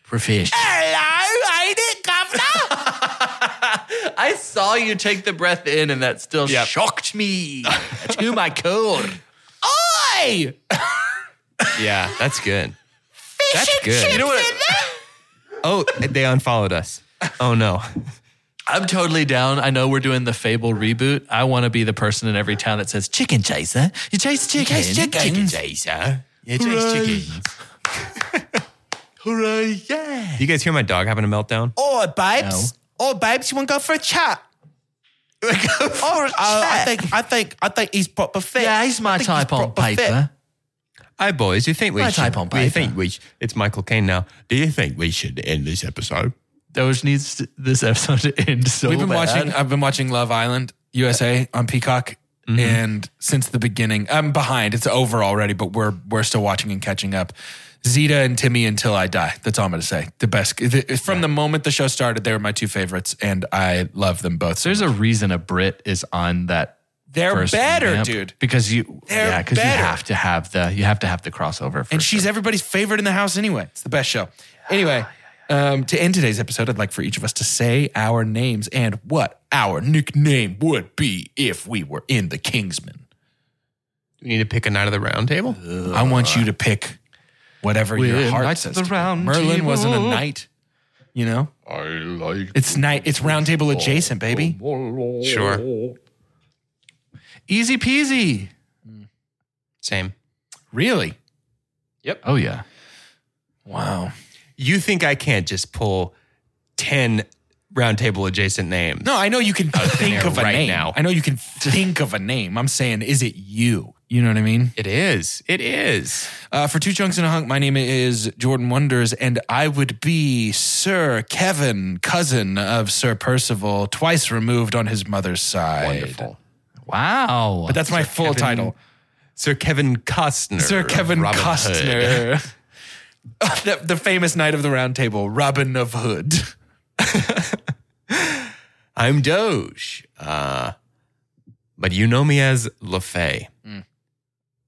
Speaker 3: Profesh.
Speaker 2: Hello, ain't it, Governor?
Speaker 3: *laughs* I saw you take the breath in and that still shocked me to my core.
Speaker 1: Hey,
Speaker 2: yeah, that's good. that's good.
Speaker 3: You know what?
Speaker 2: oh, they unfollowed us. Oh, no.
Speaker 3: I'm totally down. I know we're doing the Fable reboot. I want to be the person in every town that says chicken chaser. You chase chicken.
Speaker 2: Chicken chaser. Yeah, chase chickens. *laughs*
Speaker 3: Hooray! Yeah.
Speaker 2: Do you guys hear my dog having a meltdown?
Speaker 1: oh babes, oh babes, you want to go for a chat? oh, I think I think I think he's proper fit.
Speaker 3: Yeah, he's my type on paper.
Speaker 2: Hi, boys. Do you think we
Speaker 3: My
Speaker 2: should?
Speaker 3: type on
Speaker 2: do you
Speaker 3: paper.
Speaker 2: think we? Sh- it's Michael Caine now. Do you think we should end this episode?
Speaker 3: Those needs to- this episode to end so
Speaker 1: We've been
Speaker 3: bad.
Speaker 1: watching. I've been watching Love Island USA on Peacock,
Speaker 2: Mm-hmm.
Speaker 1: and since the beginning, I'm behind. It's over already, but we're we're still watching and catching up. Zeta and Timmy until I die. That's all I'm going to say. The best the- from the moment the show started, they were my two favorites, and I love them both.
Speaker 3: There's a reason a Brit is on that.
Speaker 1: They're
Speaker 3: first
Speaker 1: better,
Speaker 3: revamp,
Speaker 1: dude.
Speaker 3: Because you,
Speaker 1: They're
Speaker 3: yeah, because you
Speaker 1: better.
Speaker 3: have to have the you have to have the crossover. For
Speaker 1: and she's
Speaker 3: sure.
Speaker 1: everybody's favorite in the house anyway. It's the best show. Anyway, um, to end today's episode, I'd like for each of us to say our names and what our nickname would be if we were in the Kingsman.
Speaker 2: We need to pick a night of the round table.
Speaker 1: I want you to pick whatever your
Speaker 3: We're
Speaker 1: heart
Speaker 3: knights
Speaker 1: says.
Speaker 3: of the
Speaker 1: to pick.
Speaker 3: round
Speaker 1: Merlin
Speaker 3: table.
Speaker 1: wasn't a knight, you know. I like it's night. It's round table adjacent, baby.
Speaker 2: Sure.
Speaker 3: easy peasy.
Speaker 2: Same.
Speaker 1: Really?
Speaker 3: Oh yeah.
Speaker 1: Wow.
Speaker 2: You think I can't just pull ten round table adjacent names?
Speaker 1: No, I know you can think
Speaker 2: air
Speaker 1: of a
Speaker 2: right
Speaker 1: name.
Speaker 2: now.
Speaker 1: I know you can think of a name. I'm saying, is it you? You know what I mean?
Speaker 2: It is. It is.
Speaker 1: Uh, for two chunks and a hunk, my name is Jordan Wonders, and I would be Sir Kevin, cousin of Sir Percival, twice removed on his mother's side.
Speaker 2: Wonderful.
Speaker 3: Wow.
Speaker 1: But that's my full
Speaker 2: Kevin
Speaker 1: title,
Speaker 2: Sir Kevin Costner.
Speaker 1: Sir
Speaker 2: of
Speaker 1: Kevin
Speaker 2: Robin Hood.
Speaker 1: Costner. *laughs*
Speaker 3: *laughs*
Speaker 1: the, the famous knight of the round table, Robin of Hood.
Speaker 2: I'm Doge. Uh, but you know me as LeFay.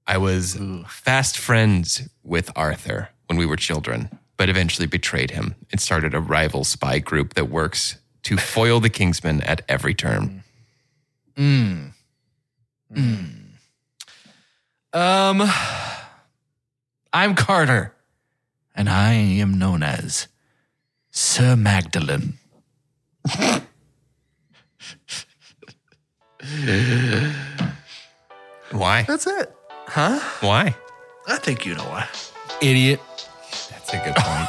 Speaker 2: I was fast friends with Arthur when we were children, but eventually betrayed him and started a rival spy group that works to foil the Kingsmen at every turn.
Speaker 3: Um, I'm Carter, and I am known as Sir Magdalen.
Speaker 2: Why?
Speaker 3: That's it.
Speaker 2: Why?
Speaker 3: I think you know why.
Speaker 1: Idiot.
Speaker 2: That's a good point.